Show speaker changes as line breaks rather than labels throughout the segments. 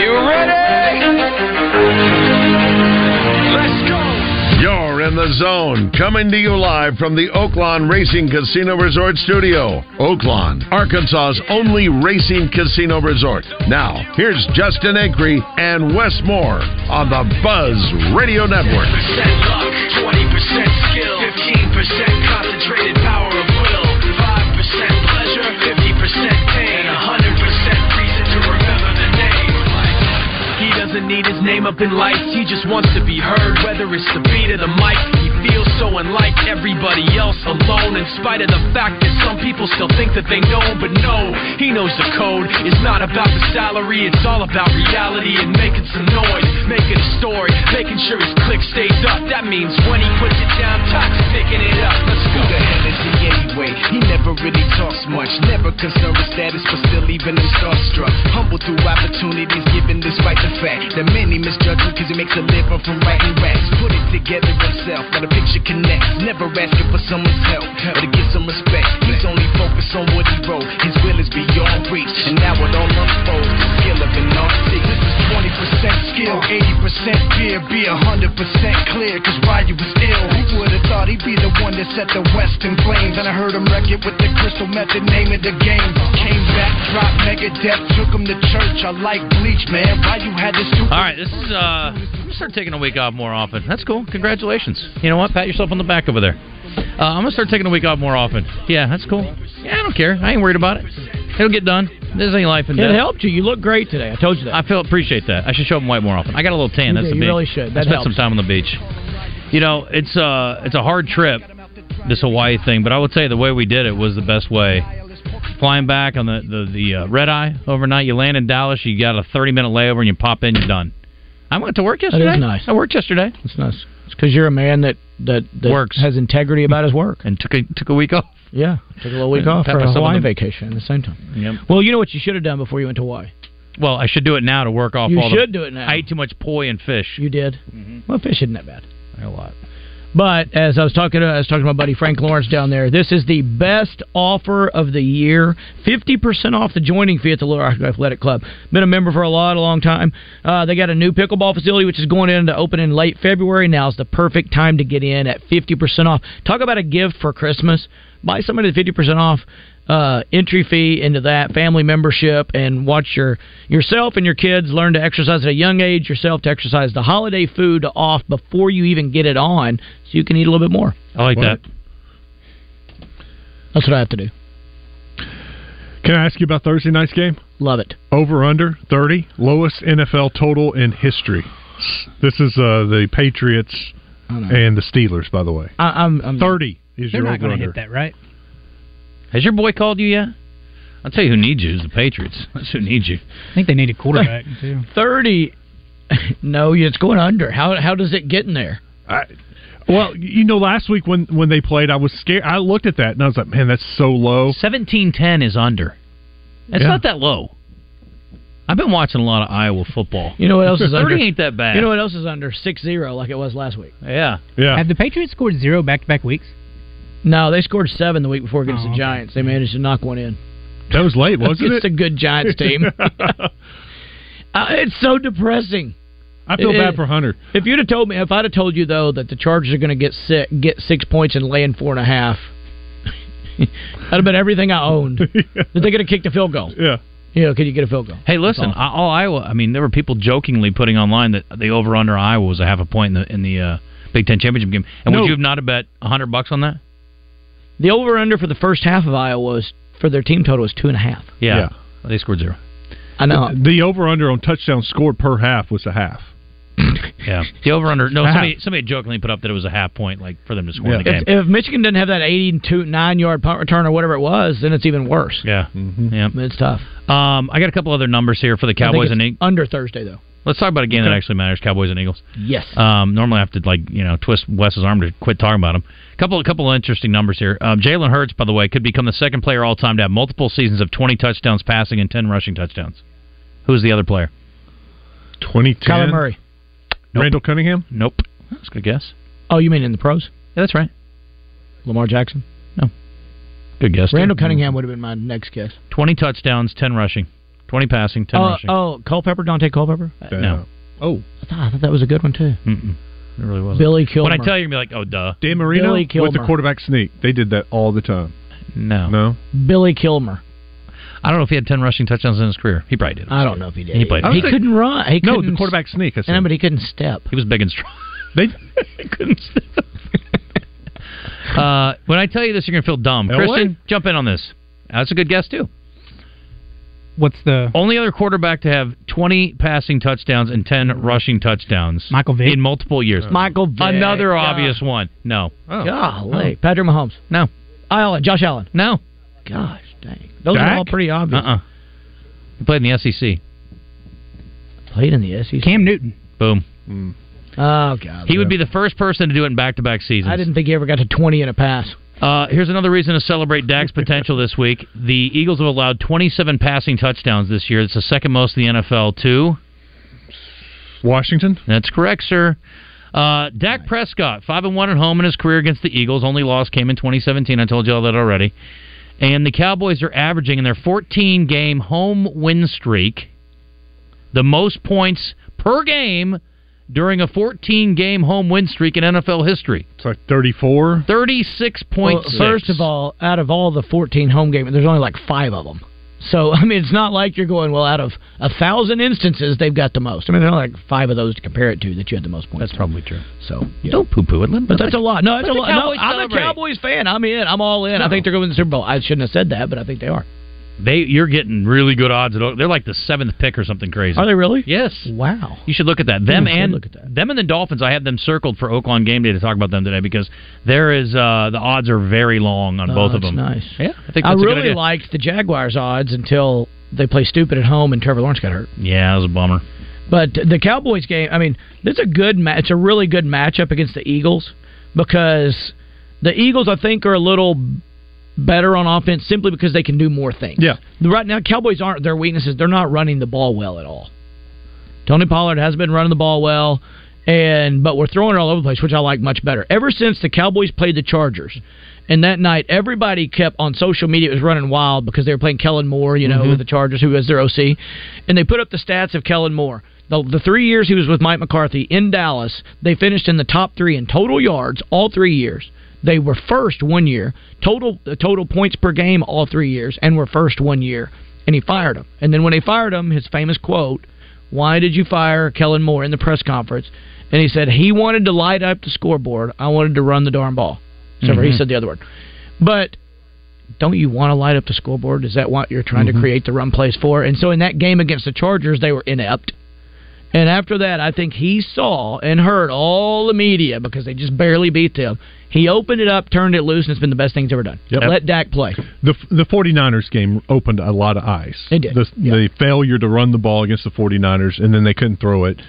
You ready? Let's go.
You're in the zone, coming to you live from the Oaklawn Racing Casino Resort Studio. Oaklawn, Arkansas's only racing casino resort. Now, here's Justin Acree and Wes Moore on the Buzz Radio Network.
10% luck, 20% skill, 15% concentrated power of will, 5% pleasure, 50% pain, and 100% reason to remember the name. He doesn't need his name up in lights, he just wants to be heard, whether it's the beat or the mic. He feels so unlike everybody else alone, in spite of the fact that some people still think that they know, but no, he knows the code. It's not about the salary, it's all about reality and making some noise, making a story, making sure his click stays up. That means when he puts it down, Tox picking it up. Let's go. Who the hell is he anyway? He never really talks much, never concerned with status, but still even him starstruck. Humble through opportunities given despite the fact that many misjudge him because he makes a living from writing raps. Put it together himself, got a picture connects. Never asking for someone's help or to get some respect. He's only focused on what he wrote. His will is beyond reach, and now it all unfolds. The skill of an artist. This is 20% skill, 80% fear, be 100% clear, cause Ryu was ill. Who would've thought he'd be the one that set the West in flames? And I heard him wreck it with the crystal method, name of the game. Came back, dropped mega death, took him to church. I like bleach, man. Ryu had this super.
All right, this is. Uh, I'm gonna start taking a week off more often. That's cool. Congratulations. You know what? Pat yourself on the back over there. Uh, I'm gonna start taking a week off more often. Yeah, that's cool. Yeah, I don't care. I ain't worried about it. It'll get done. This ain't life and
It
death.
helped you. You look great today. I told you that.
I feel appreciate that. I should show up in white more often. I got a little tan.
You
That's
do.
the
You
big.
really should. That
I spent
helps.
some time on the beach. You know, it's uh, it's a hard trip, this Hawaii thing. But I would say the way we did it was the best way. Flying back on the the, the uh, red eye overnight. You land in Dallas. You got a 30 minute layover, and you pop in. You're done. I went to work
That is
yesterday.
nice.
I worked yesterday.
That's nice. It's because you're a man that that, that
Works.
has integrity about his work.
And took a took a week off.
Yeah, took a little week
And
off
pat
for a
myself on
Hawaii
the-
vacation at the same time.
Yep.
Well, you know what you should have done before you went to Hawaii.
Well, I should do it now to work off.
you
all
should
the,
do it now.
I ate too much poi and fish.
You did. Well, fish isn't that bad.
A lot.
But as I was talking, to, I was talking to my buddy Frank Lawrence down there. This is the best offer of the year. Fifty percent off the joining fee at the Little Rock Athletic Club. Been a member for a lot, a long time. Uh, they got a new pickleball facility, which is going in to open in late February. Now is the perfect time to get in at fifty percent off. Talk about a gift for Christmas. Buy somebody fifty percent off uh, entry fee into that family membership and watch your yourself and your kids learn to exercise at a young age yourself to exercise the holiday food off before you even get it on so you can eat a little bit more
I like that.
that's what i have to do
Can I ask you about Thursday night's game?
Love it.
Over under 30, lowest NFL total in history. This is uh, the Patriots and the Steelers, by the way.
I, I'm, I'm
30 is your
They're not
over
going
under.
to hit that, right?
Has your boy called you yet? I'll tell you who needs you is the Patriots. That's who needs you.
I think they need a quarterback too.
30 no it's going under how, how does it get in there
I, well, you know, last week when, when they played, I was scared. I looked at that and I was like, man, that's so low.
17 10 is under. It's not that low. I've been watching a lot of Iowa football.
you know what else is under
30 ain't that bad.
you know what else is under six zero like it was last week
Yeah.
Yeah.
Have the Patriots scored zero back-to-back weeks?
no they scored seven the week before against
Oh,
the giants they managed to knock one in
That was late, wasn't
it's
it?
a good giants team Uh, it's so depressing
I feel
It-
bad for Hunter.
If you'd have told me, if I'd have told you though that the Chargers are going to get six, get six points and lay in four and a half, that'd have been everything I owned. That they're going to kick the field goal.
Yeah.
You know, could you get a field goal?
Hey, listen, I- all Iowa. I mean, there were people jokingly putting online that the over under Iowa was a half a point in the in the uh, Big Ten championship game. And
No.
would you have not have bet 100 bucks on that?
The over under for the first half of Iowa was for their team total was two and a half.
Yeah. They scored zero.
I know.
The over under on touchdowns scored per half was a half.
Yeah. The over under. No,
Half.
somebody somebody jokingly put up that it was a half point, like for them to score in the game.
If, if Michigan didn't have that eighty-two nine yard punt return or whatever it was, then it's even worse.
yeah. Yeah.
It's tough.
Um, I got a couple other numbers here for the
I think
Cowboys
it's
and Ink.
under Thursday though.
Let's talk about a game that actually matters: Cowboys and Eagles.
Yes.
Um, normally, I have to like you know twist Wes's arm to quit talking about him. Couple, couple of interesting numbers here. Um, Jalen Hurts, by the way, could become the second player all time to have multiple seasons of 20 touchdowns passing and 10 rushing touchdowns. Who's the other player?
2010.
Kyler Murray.
Randall Cunningham?
Nope. That's a good guess.
Oh, you mean in the pros?
Yeah, that's right.
Lamar Jackson.
Good guess.
Randall
dude.
Cunningham would have been my next guess.
20 touchdowns, 10 rushing, 20 passing, 10
Oh,
rushing.
oh, Culpepper, Dante Culpepper.
Uh, no,
Oh.
I thought, I thought that was a good one too.
Mm-mm. it really wasn't.
Billy Kilmer.
When I tell you, you're gonna be like, oh, duh.
Dan Marino
Billy
with the
Kilmer.
quarterback sneak. They did that all the time.
No.
No?
Billy Kilmer.
I don't know if he had 10 rushing touchdowns in his career. He probably did.
I don't know if he did.
He played.
I
He
was like-
couldn't run. He
No,
couldn't
the quarterback sneak. I
And I
said.
mean, he couldn't step.
He was big and strong.
They,
I couldn't stop. uh, when I tell you this, you're going to feel dumb.
Elway?
Christian, jump in on this. That's a good guess, too.
What's the
Only other quarterback to have 20 passing touchdowns and 10 rushing touchdowns
Michael Vick?
in multiple years.
Oh. Michael Vick.
Another
God.
obvious one. No.
oh.
Golly. Patrick Mahomes.
No.
Allen. Josh Allen.
No.
Oh. Gosh dang. Those
Dak?
are all pretty
Uh uh
obvious.
He played in the E SEC.
Played in the SEC.
Cam Newton?
Boom.
Oh, God.
He would be the first person to do it in back to back seasons.
I didn't think he ever got to 20 in a pass.
Uh, here's another reason to celebrate Dak's potential this week. The Eagles have allowed 27 passing touchdowns this year. It's the second most in the NFL, too.
Washington?
That's correct, sir. Uh, Dak Prescott, five and one at home in his career against the Eagles. Only loss came in 2017. I told you all that already. And the Cowboys are averaging in their 14 game home win streak the most points per game during a 14 game home win streak in NFL history.
It's like 34.
36
Well,
points.
first of all, out of all the 14 home games, there's only like five of them. So, I mean, it's not like you're going, well, out of a thousand instances, they've got the most. I mean, there are like five of those to compare it to that you had the most points.
that's probably true.
So, yeah.
Don't poo poo it. Let-
But that's a lot. No, that's
Let
a
the
lot. No,
Cowboys
I'm a
celebrate.
Cowboys fan. I'm in. I'm all in. I think they're going to win the Super Bowl. I shouldn't have said that, but I think they are.
They, you're getting really good odds. At, they're like the seventh pick or something crazy.
they really?
Yes.
Wow.
You should look at that. Them
I should
and
look at that.
them and the Dolphins. I have them circled for Oakland game day to talk about them today because there is uh, the odds are very long on
Oh,
both of
that's
them.
nice.
Yeah, I think that's
I
a good
really
idea.
liked the Jaguars odds until they play stupid at home and Trevor Lawrence got hurt.
Yeah, that was a bummer.
But the Cowboys game, I mean, it's a good ma- it's a really good matchup against the Eagles because the Eagles I think are a little better on offense simply because they can do more things.
Yeah.
Right now Cowboys aren't their weaknesses. They're not running the ball well at all. Tony Pollard has been running the ball well and but we're throwing it all over the place, which I like much better. Ever since the Cowboys played the Chargers, and that night everybody kept on social media it was running wild because they were playing Kellen Moore, you know, with the Chargers, who was their OC, and they put up the stats of Kellen Moore. The, the three years he was with Mike McCarthy in Dallas, they finished in the top three in total yards all three years. They were first one year, total total points per game all three years, and were first one year. And he fired him. And then when they fired him, his famous quote why did you fire Kellen Moore in the press conference? And he said he wanted to light up the scoreboard. I wanted to run the darn ball. So
Mm-hmm.
Mm-hmm.
he said the other word. But don't you want to light up the scoreboard? Is that what you're trying to create the run plays for? And so in that game against the Chargers, they were inept. And after that, I think he saw and heard all the media because they just barely beat them. He opened it up, turned it loose, and it's been the best thing he's ever done.
Yep.
Let Dak play.
The the 49ers game opened a lot of eyes.
It did,
The,
yeah.
the failure to run the ball against the 49ers, and then they couldn't throw it.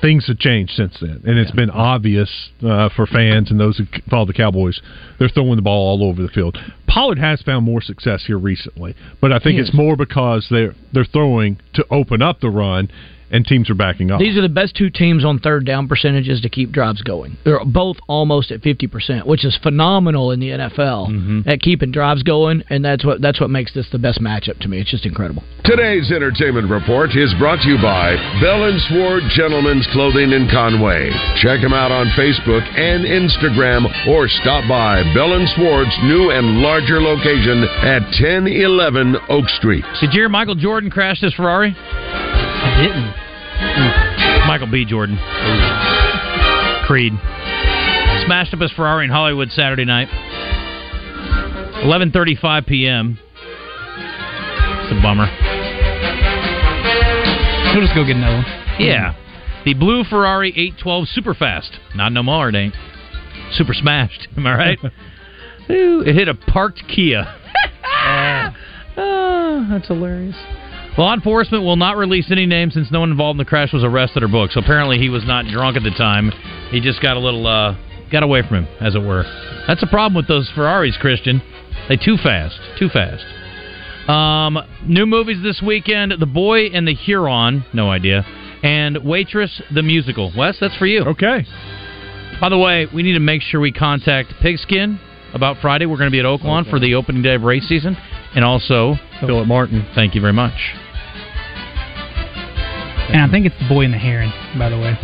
Things have changed since then, and it's been obvious uh, for fans and those who c- follow the Cowboys. They're throwing the ball all over the field. Pollard has found more success here recently, but I think
He
it's
is.
more because they're they're throwing to open up the run, and teams are backing off.
These are the best two teams on third down percentages to keep drives going. They're both almost at fifty percent, which is phenomenal in the NFL at keeping drives going, and that's what that's what makes this the best matchup to me. It's just incredible.
Today's entertainment report is brought to you by Bell and Sword Gentlemen's Clothing in Conway. Check them out on Facebook and Instagram or stop by Bell and Sword's new and larger location at 1011 Oak Street.
Did you hear Michael Jordan crash his Ferrari?
I didn't.
Michael B. Jordan.
Mm.
Creed. Smashed up his Ferrari in Hollywood Saturday night. 11.35 p.m. It's a bummer.
We'll just go get another one. Mm.
Yeah. The blue Ferrari 812 Superfast. Not no more, it ain't. Super smashed. Am I right? Ooh, it hit a parked Kia. Ah, that's hilarious. Law enforcement will not release any names since no one involved in the crash was arrested or booked. So apparently he was not drunk at the time. He just got a little uh, got away from him, as it were. That's a problem with those Ferraris, Christian. They too fast, too fast. Um, new movies this weekend: The Boy and the Huron. No idea. And Waitress the musical. Wes, that's for you.
Okay.
By the way, we need to make sure we contact Pigskin about Friday. We're going to be at Oaklawn for the opening day of race season, and also
Philip Martin.
Thank you very much.
And I think it's the boy and the heron, by the way.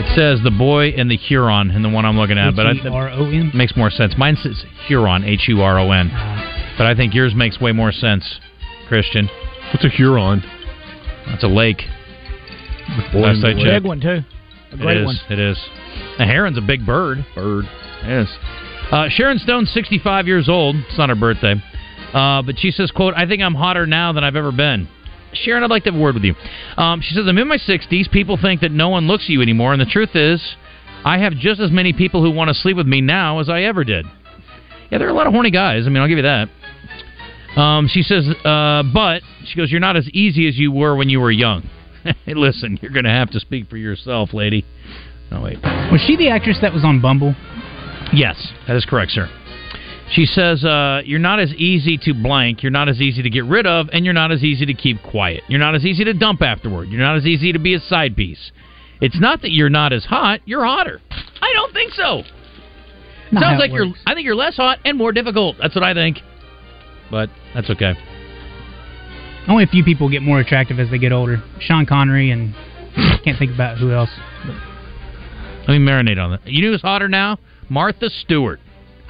It says the boy and the Huron in the one I'm looking at, but I think
H-E-R-O-N?
makes more sense. Mine says Huron, H U R O N, but I think yours makes way more sense, Christian.
What's a Huron?
That's a lake.
boy and
Last
the
I
lake.
checked.
Big one too. A
It
great
is,
one.
It is. A heron's a big bird.
Bird.
Yes. Uh, Sharon Stone's 65 years old. It's not her birthday. Uh, but she says, quote, I think I'm hotter now than I've ever been. Sharon, I'd like to have a word with you. Um, she says, I'm in my 60s. People think that no one looks at you anymore. And the truth is, I have just as many people who want to sleep with me now as I ever did. Yeah, there are a lot of horny guys. I mean, I'll give you that. Um, she says, uh, but, she goes, you're not as easy as you were when you were young. hey, listen, you're going to have to speak for yourself, lady. No, Oh, wait.
Was she the actress that was on Bumble?
Yes, that is correct, sir. She says, uh, You're not as easy to blank, you're not as easy to get rid of, and you're not as easy to keep quiet. You're not as easy to dump afterward. You're not as easy to be a side piece. It's not that you're not as hot, you're hotter. I don't think so.
Not how
Sounds
it
like you're,
works.
I think you're less hot and more difficult. That's what I think. But that's okay.
Only a few people get more attractive as they get older. Sean Connery and can't think about who else.
Let me marinate on that. You know who's hotter now? Martha Stewart.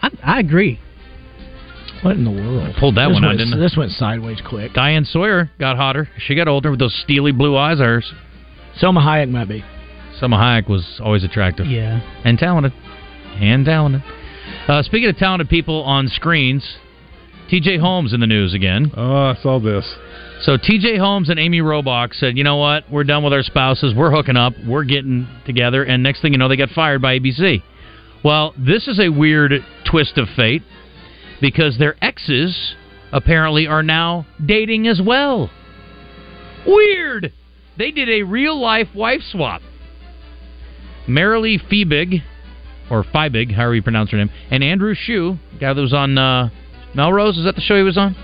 I, I agree.
What in the world?
Pulled that
this
one out,
went,
didn't I?
This went sideways quick.
Diane Sawyer got hotter. She got older with those steely blue eyes of hers.
Selma Hayek might be.
Selma Hayek was always attractive.
Yeah.
and talented, and talented. Uh, speaking of talented people on screens, T.J. Holmes in the news again.
Oh, I saw this.
So T.J. Holmes and Amy Robach said, "You know what? We're done with our spouses. We're hooking up. We're getting together." And next thing you know, they got fired by ABC. Well, this is a weird twist of fate because their exes apparently are now dating as well. Weird. They did a real life wife swap. Marilee Fiebig, or Feibig, however you pronounce her name, and Andrew Shue, guy that was on uh, Melrose, is that the show he was on?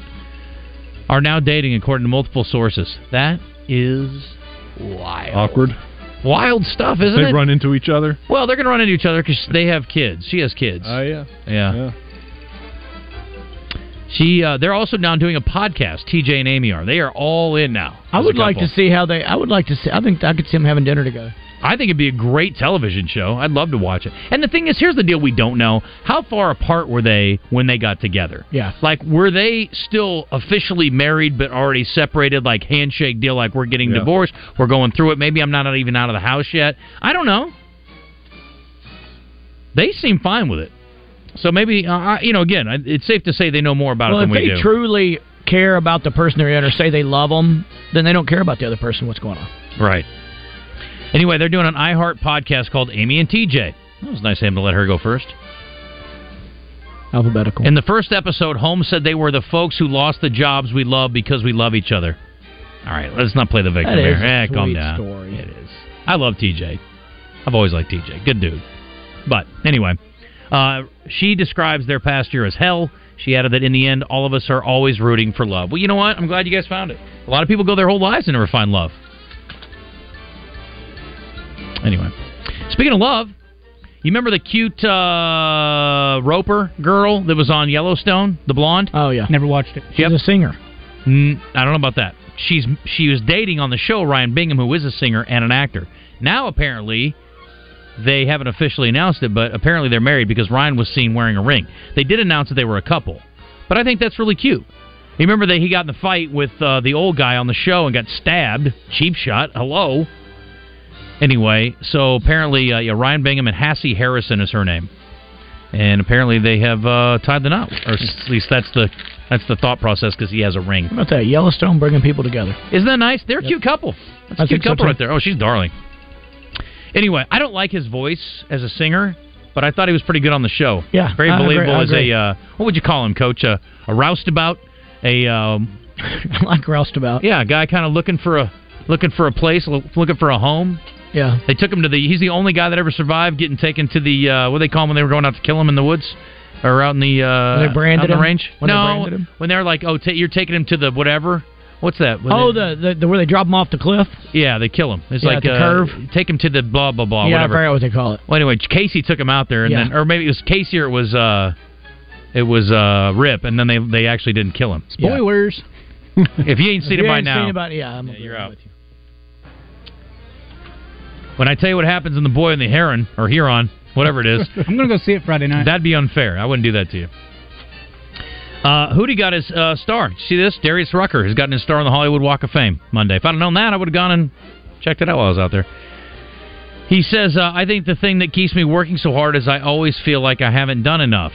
Are now dating, according to multiple sources. That is wild.
Awkward.
Wild stuff, isn't
they
it?
run into each other.
well, they're going to run into each other because they have kids. She has kids.
Oh,
yeah.
yeah.
Yeah.
She, uh, they're also now doing a podcast. TJ and Amy are. They are all in now.
I
as a
would like
couple.
to see how they. I would like to see. I think I could see them having dinner together.
I think it'd be a great television show. I'd love to watch it. And the thing is, here's the deal: we don't know how far apart were they when they got together.
Yeah.
Like, were they still officially married but already separated, like handshake deal, like we're getting
Yeah.
divorced, we're going through it. Maybe I'm not even out of the house yet. I don't know. They seem fine with it. So maybe, uh, I- you know, again, I- it's safe to say they know more about
well,
it
if
than we
they
do.
truly care about the person they're in, or say they love them, then they don't care about the other person. What's going on?
Right. Anyway, they're doing an iHeart podcast called Amy and TJ. That was nice of him to let her go first.
Alphabetical.
In the first episode, Holmes said they were the folks who lost the jobs we love because we love each other. All right, let's not play the victim
That is
here.
a
Eh, calm
sweet
down.
story.
It is. I love TJ. I've always liked TJ. Good dude. But anyway, uh, she describes their past year as hell. She added that in the end, all of us are always rooting for love. Well, you know what? I'm glad you guys found it. A lot of people go their whole lives and never find love. Anyway, speaking of love, you remember the cute uh, Roper girl that was on Yellowstone, the blonde?
oh yeah,
Never watched it.
she's a singer.
Mm, I don't know about that. She's she was dating on the show Ryan Bingham, who is a singer and an actor. Now apparently, they haven't officially announced it, but apparently they're married because Ryan was seen wearing a ring. They did announce that they were a couple, but I think that's really cute. You remember that he got in the fight with uh, the old guy on the show and got stabbed, cheap shot. Hello. Anyway, so apparently uh, yeah, Ryan Bingham and Hassie Harrison is her name, and apparently they have uh, tied the knot, or at least that's the that's the thought process because he has a ring.
How about that Yellowstone bringing people together?
Isn't that nice? They're a cute couple. That's a
I
cute
think so,
couple
too.
right there. Oh, she's darling. Anyway, I don't like his voice as a singer, but I thought he was pretty good on the show.
Yeah,
very
I agree,
believable
I agree.
as a uh, what would you call him, Coach? A, a roustabout, a um,
like roustabout.
Yeah, a guy kind of looking for a looking for a place, lo- looking for a home.
Yeah.
They took him to the. He's the only guy that ever survived getting taken to the uh, what do they call him when they were going out to kill him in the woods or out in the uh,
When they branded
out in
him?
the range.
When they
no,
branded him?
when they were like, oh, ta you're taking him to the whatever. What's that? When
oh,
they-
the, the the where they drop him off the cliff.
yeah, they kill him. It's
Yeah,
like
the
uh,
curve.
Take him to the blah blah blah.
yeah, I
Oh, whatever.
forgot what they call it.
Well, anyway, Casey took him out there, and
Yeah.
then, or maybe it was Casey or it was uh, it was uh, Rip, and then they they actually didn't kill him.
Spoilers.
If you ain't seen it
You
by
ain't
now,
Seen about, yeah, I'm
you're out. When I tell you what happens in the boy and the heron or Huron, whatever it is,
I'm gonna go see it Friday night.
that'd be unfair. I wouldn't do that to you. Uh, Hootie got his uh, star. Did you See this? Darius Rucker has gotten his star on the Hollywood Walk of Fame Monday. If I'd have known that, I would have gone and checked it out while I was out there. He says, uh, I think the thing that keeps me working so hard is I always feel like I haven't done enough.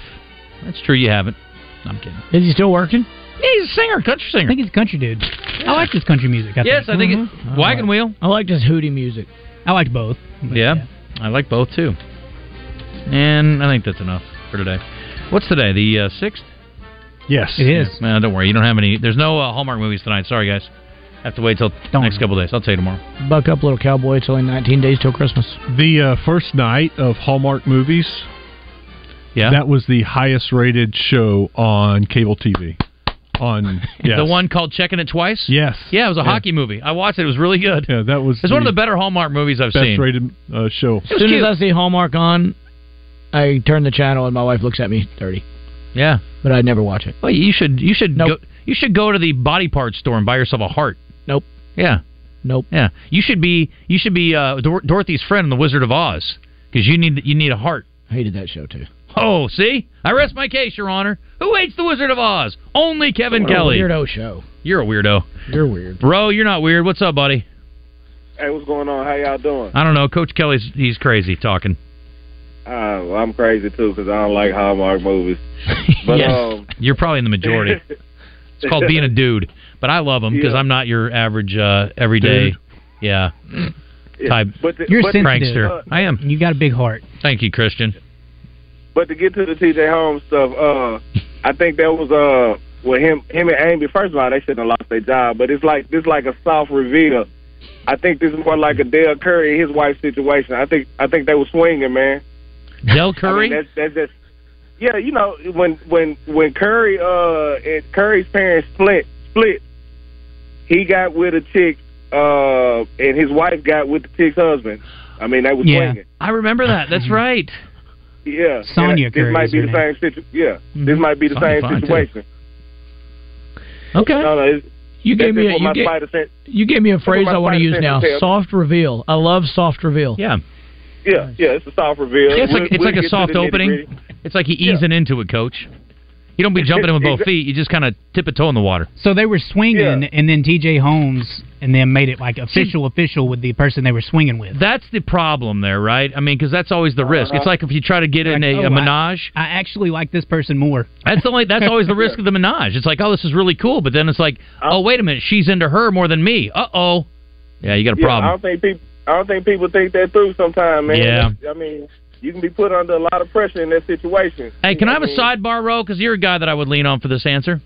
That's true, you haven't. I'm kidding.
Is he still working?
Yeah, he's a singer, country
I
singer.
think he's a country dude. I like his country music. I
Yes, I
think.
think
Mhm.
it. Wagon Wheel.
I like this hootie music.
Oh, I like both.
Yeah, I like both too. And I think that's enough for today. What's today? The uh, sixth.
Yes.
It is.
Yeah. No, don't worry. You don't have any. There's no uh, Hallmark movies tonight. Sorry, guys. Have to wait till
Don't
next couple days. I'll tell you tomorrow.
Buck up, little cowboy. It's only 19 days till Christmas.
The uh, first night of Hallmark movies,
Yeah.
that was the highest rated show on cable TV. On yes.
The one called Checking It Twice.
Yes.
Yeah, it was a
Yeah.
hockey movie. I watched it. It was really good.
Yeah, that was
It's one of the better Hallmark movies I've
best
seen.
rated uh, show.
As soon as I see Hallmark on, I turn the channel and my wife looks at me dirty.
Yeah.
But I never watch it.
Well, you should you should
Nope.
go you should go to the body parts store and buy yourself a heart.
Nope.
Yeah.
Nope.
Yeah. You should be you should be uh, Dor- Dorothy's friend in The Wizard of Oz because you need you need a heart.
Hated that show too.
Oh, see? I rest my case, Your Honor. Who hates the Wizard of Oz? Only Kevin
What a
Kelly.
weirdo show.
You're a weirdo.
You're weird.
Bro, you're not weird. What's up, buddy?
Hey, what's going on? How y'all doing?
I don't know. Coach Kelly's he's crazy talking.
Uh, well, I'm crazy too because I don't like Hallmark movies.
Yes.
um,
You're probably in the majority. it's called being a dude. But I love him because
Yeah.
I'm not your average uh, everyday. Yeah.
yeah.
Type
But the,
You're
but,
sensitive.
prankster. I am.
You got a big heart.
Thank you, Christian.
but to get to the T.J. Holmes stuff, uh, I think that was uh, with him, him and Amy. First of all, they shouldn't have lost their job. But it's like this, like a soft reveal. I think this is more like a Dale Curry and his wife situation. I think I think they were swinging, man.
Del
I
Curry?
mean, that's, that's just yeah. You know when when when Curry uh and Curry's parents split split, he got with a chick uh and his wife got with the chick's husband. I mean they was
Yeah. Mm-hmm.
swinging.
I remember that. That's right.
Yeah,
Sonya
Yeah,
Curry
This might
is
be
her
the same situation. Yeah, this might be the
Mm-hmm. Sonya
same
fine, too.
situation.
Okay.
No, no, it's,
You
that's
gave me
just
a
what
you
my
gave,
spider sense.
you gave me a phrase
my
I want to
spider
use
sense
now.
tells.
Soft reveal. I love soft reveal.
Yeah.
Yeah, yeah, it's a soft reveal.
Yeah, it's
We'll-
like, it's
we'll
like
get
a
to
soft
the
opening.
nitty-gritty.
It's like you easing into it, coach. You don't be jumping in with both feet. You just kind of tip a toe in the water.
So they were swinging,
Yeah.
and then T.J. Holmes and then made it like official, official with the person they were swinging with.
That's the problem there, right? I mean, because that's always
Uh,
the risk. It's like if you try to get in
Like,
a,
oh,
a
I-
menage.
I actually like this person more.
That's the only. That's always the risk of the menage. It's like, oh, this is really cool, but then it's like,
Uh-huh.
oh, wait a minute, she's into her more than me. Uh oh. Yeah, you got a
Yeah, I
problem.
don't think people. I don't think people think that through sometimes, man.
Yeah.
I mean, you can be put under a lot of pressure in that situation.
Hey, can I have a
mean,
sidebar, Ro? Because you're a guy that I would lean on for this answer.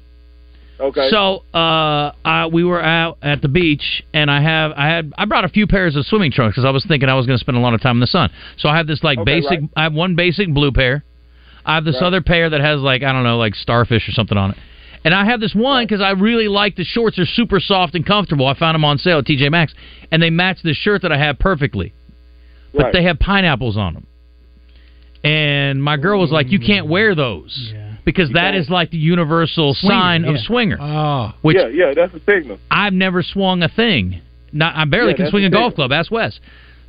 Okay.
So uh, I, we were out at the beach, and I have I had I brought a few pairs of swimming trunks because I was thinking I was going to spend a lot of time in the sun. So I have this like
Okay,
basic.
right.
I have one basic blue pair. I have this other pair that has like I don't know like starfish or something on it. And I have this one because I really like the shorts. They're super soft and comfortable. I found them on sale at TJ Maxx, and they match the shirt that I have perfectly. But
Right.
they have pineapples on them. And my girl was like, "You can't wear those because that is like the universal sign of
yeah.
swinger."
Ah,
which
yeah, yeah, that's a signal.
I've never swung a thing. Not I barely
Yeah,
can
that's
swing a
the thing.
golf club. Ask Wes.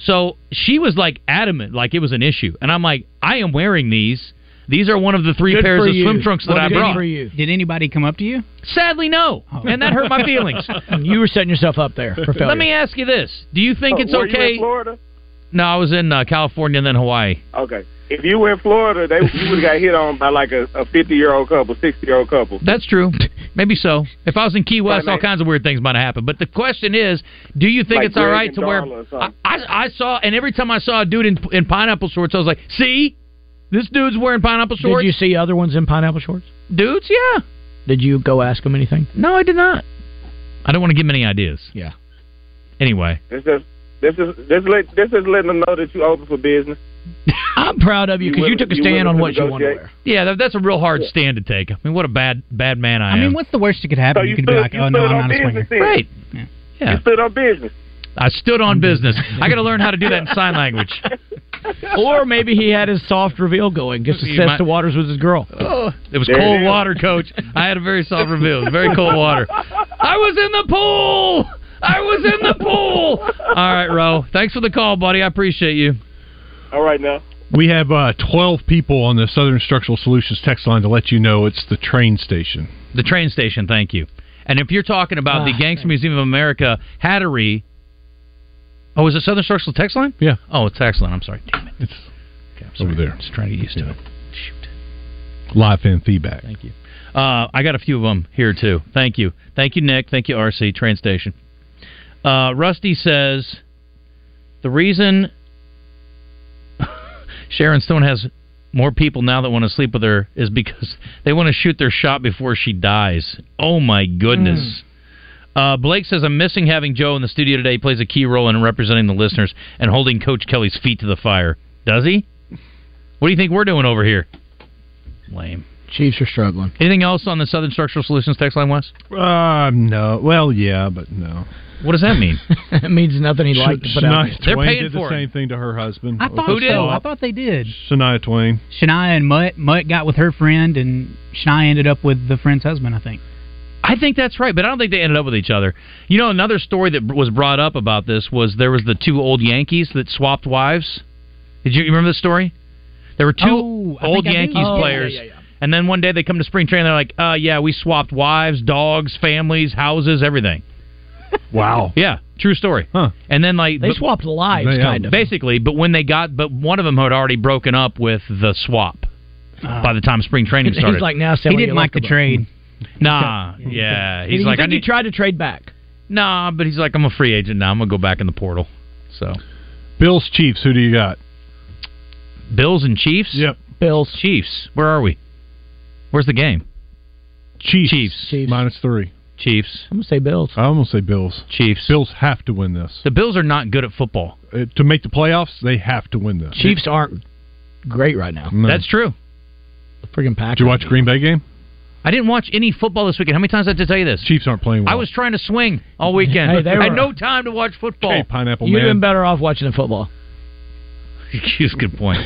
So she was like adamant, like it was an issue, and I'm like, I am wearing these. These are one of the three
Good
pairs
for
of
you.
swim trunks that
Well,
I
good
brought.
for you.
Did anybody come up to you?
Sadly, no, and that hurt my feelings.
You were setting yourself up there for failure.
Let me ask you this: Do you think
Oh,
it's
were you in
okay?
Florida?
No, I was in uh, California and then Hawaii.
Okay. If you were in Florida, they you would have got hit on by like a a fifty year old couple, sixty year old couple.
That's true. Maybe so. If I was in Key West,
Right,
all
mate.
kinds of weird things might have happened. But the question is, do you think
Like
it's all
Greg
right
and
to wear?
Darla or
I,
something.
I, I saw, and every time I saw a dude in, in pineapple shorts, I was like, see, this dude's wearing pineapple
Did
shorts.
you see other ones in pineapple shorts?
Dudes, yeah.
Did you go ask them anything?
No, I did not. I don't want to give him any ideas.
Yeah.
Anyway,
This is this is this let this is letting them know that you open for business.
I'm proud of you because you took a stand on what you wanted to wear.
yeah, that, that's a real hard stand to take. I mean, what a bad bad man
I
I, am.
mean, what's the worst that could happen?
So
you,
you
could
stood-
be like,
you
oh, no,
stood
I'm
on
not a swinger.
business then. Right. yeah.
Stood on business.
I stood on business. I got to learn how to do that in sign language.
Or maybe he had his soft reveal going, just
You
to
might-
test the waters with his girl.
Oh, It was cold water, coach. I had a very soft reveal. It was very cold water. I was in the pool. I was in the pool. All right, Ro. Thanks for the call, buddy. I appreciate you.
All right now.
We have uh, 12 people on the Southern Structural Solutions text line to let you know it's the train station.
The train station, thank you. And if you're talking about the Gangster Museum of America hattery, oh, is it Southern Structural Text Line?
Yeah.
Oh, it's text line. I'm sorry. Damn it.
It's
okay, I'm
over
sorry.
there.
I'm just trying to get used to it.
Live fan feedback.
Thank you. Uh, I got a few of them here too. Thank you. Thank you, Nick. Thank you, RC Train Station. Uh, Rusty says the reason Sharon Stone has more people now that want to sleep with her is because they want to shoot their shot before she dies. Oh my goodness. Uh, Blake says, I'm missing having Joe in the studio today. He plays a key role in representing the listeners and holding Coach Kelly's feet to the fire. Does he? What do you think we're doing over here? Lame.
Chiefs are struggling.
Anything else on the Southern Structural Solutions text line, Wes?
Uh, no. Well, yeah, but no.
What does that mean?
it means nothing he liked to put out.
Shania
They're
Twain
paying
did the
for it.
same thing to her husband.
I thought
Who did?
so. I thought they did.
Shania Twain.
Shania and Mutt. Mutt got with her friend, and Shania ended up with the friend's husband, I think.
I think that's right, but I don't think they ended up with each other. You know, another story that was brought up about this was there was the two old Yankees that swapped wives. Did you you remember the story? There were two
Oh, I
old
think I do.
Yankees
Oh, yeah,
players,
yeah, yeah.
and then one day they come to spring training. They're like, uh, "Yeah, we swapped wives, dogs, families, houses, everything."
Wow.
Yeah, true story.
Huh.
And then like
They swapped lives,
They, um,
kind of.
Basically, but when uh, they got, but one of them had already broken up with the swap uh, by the time spring training
Ah. Uh, He's
started.
like now
He
selling
didn't like the
Electabuzz.
trade.
nah, yeah, he's
You
like, I
think he
need,
tried to trade back.
nah, but he's like, I'm a free agent now. I'm gonna go back in the portal. So,
Bills Chiefs. Who do you got?
Bills and Chiefs.
Yep.
Bills.
Chiefs. Where are we? Where's the game?
Chiefs.
Chiefs.
Chiefs.
Minus three.
Chiefs.
I'm gonna say Bills.
I almost say Bills.
Chiefs.
Bills have to win this
The Bills are not good at football.
Uh, to make the playoffs. They have to win this.
Chiefs aren't great right now.
No.
That's true.
Friggin' Packers.
Did you watch Green Bay game?
I didn't watch any football this weekend. How many times did I tell you this?
Chiefs aren't playing well.
I was trying to swing all weekend.
Hey, they
I had
were-
no time to watch football.
Hey, pineapple
You'd have been
man.
better off watching the football.
Excuse good point.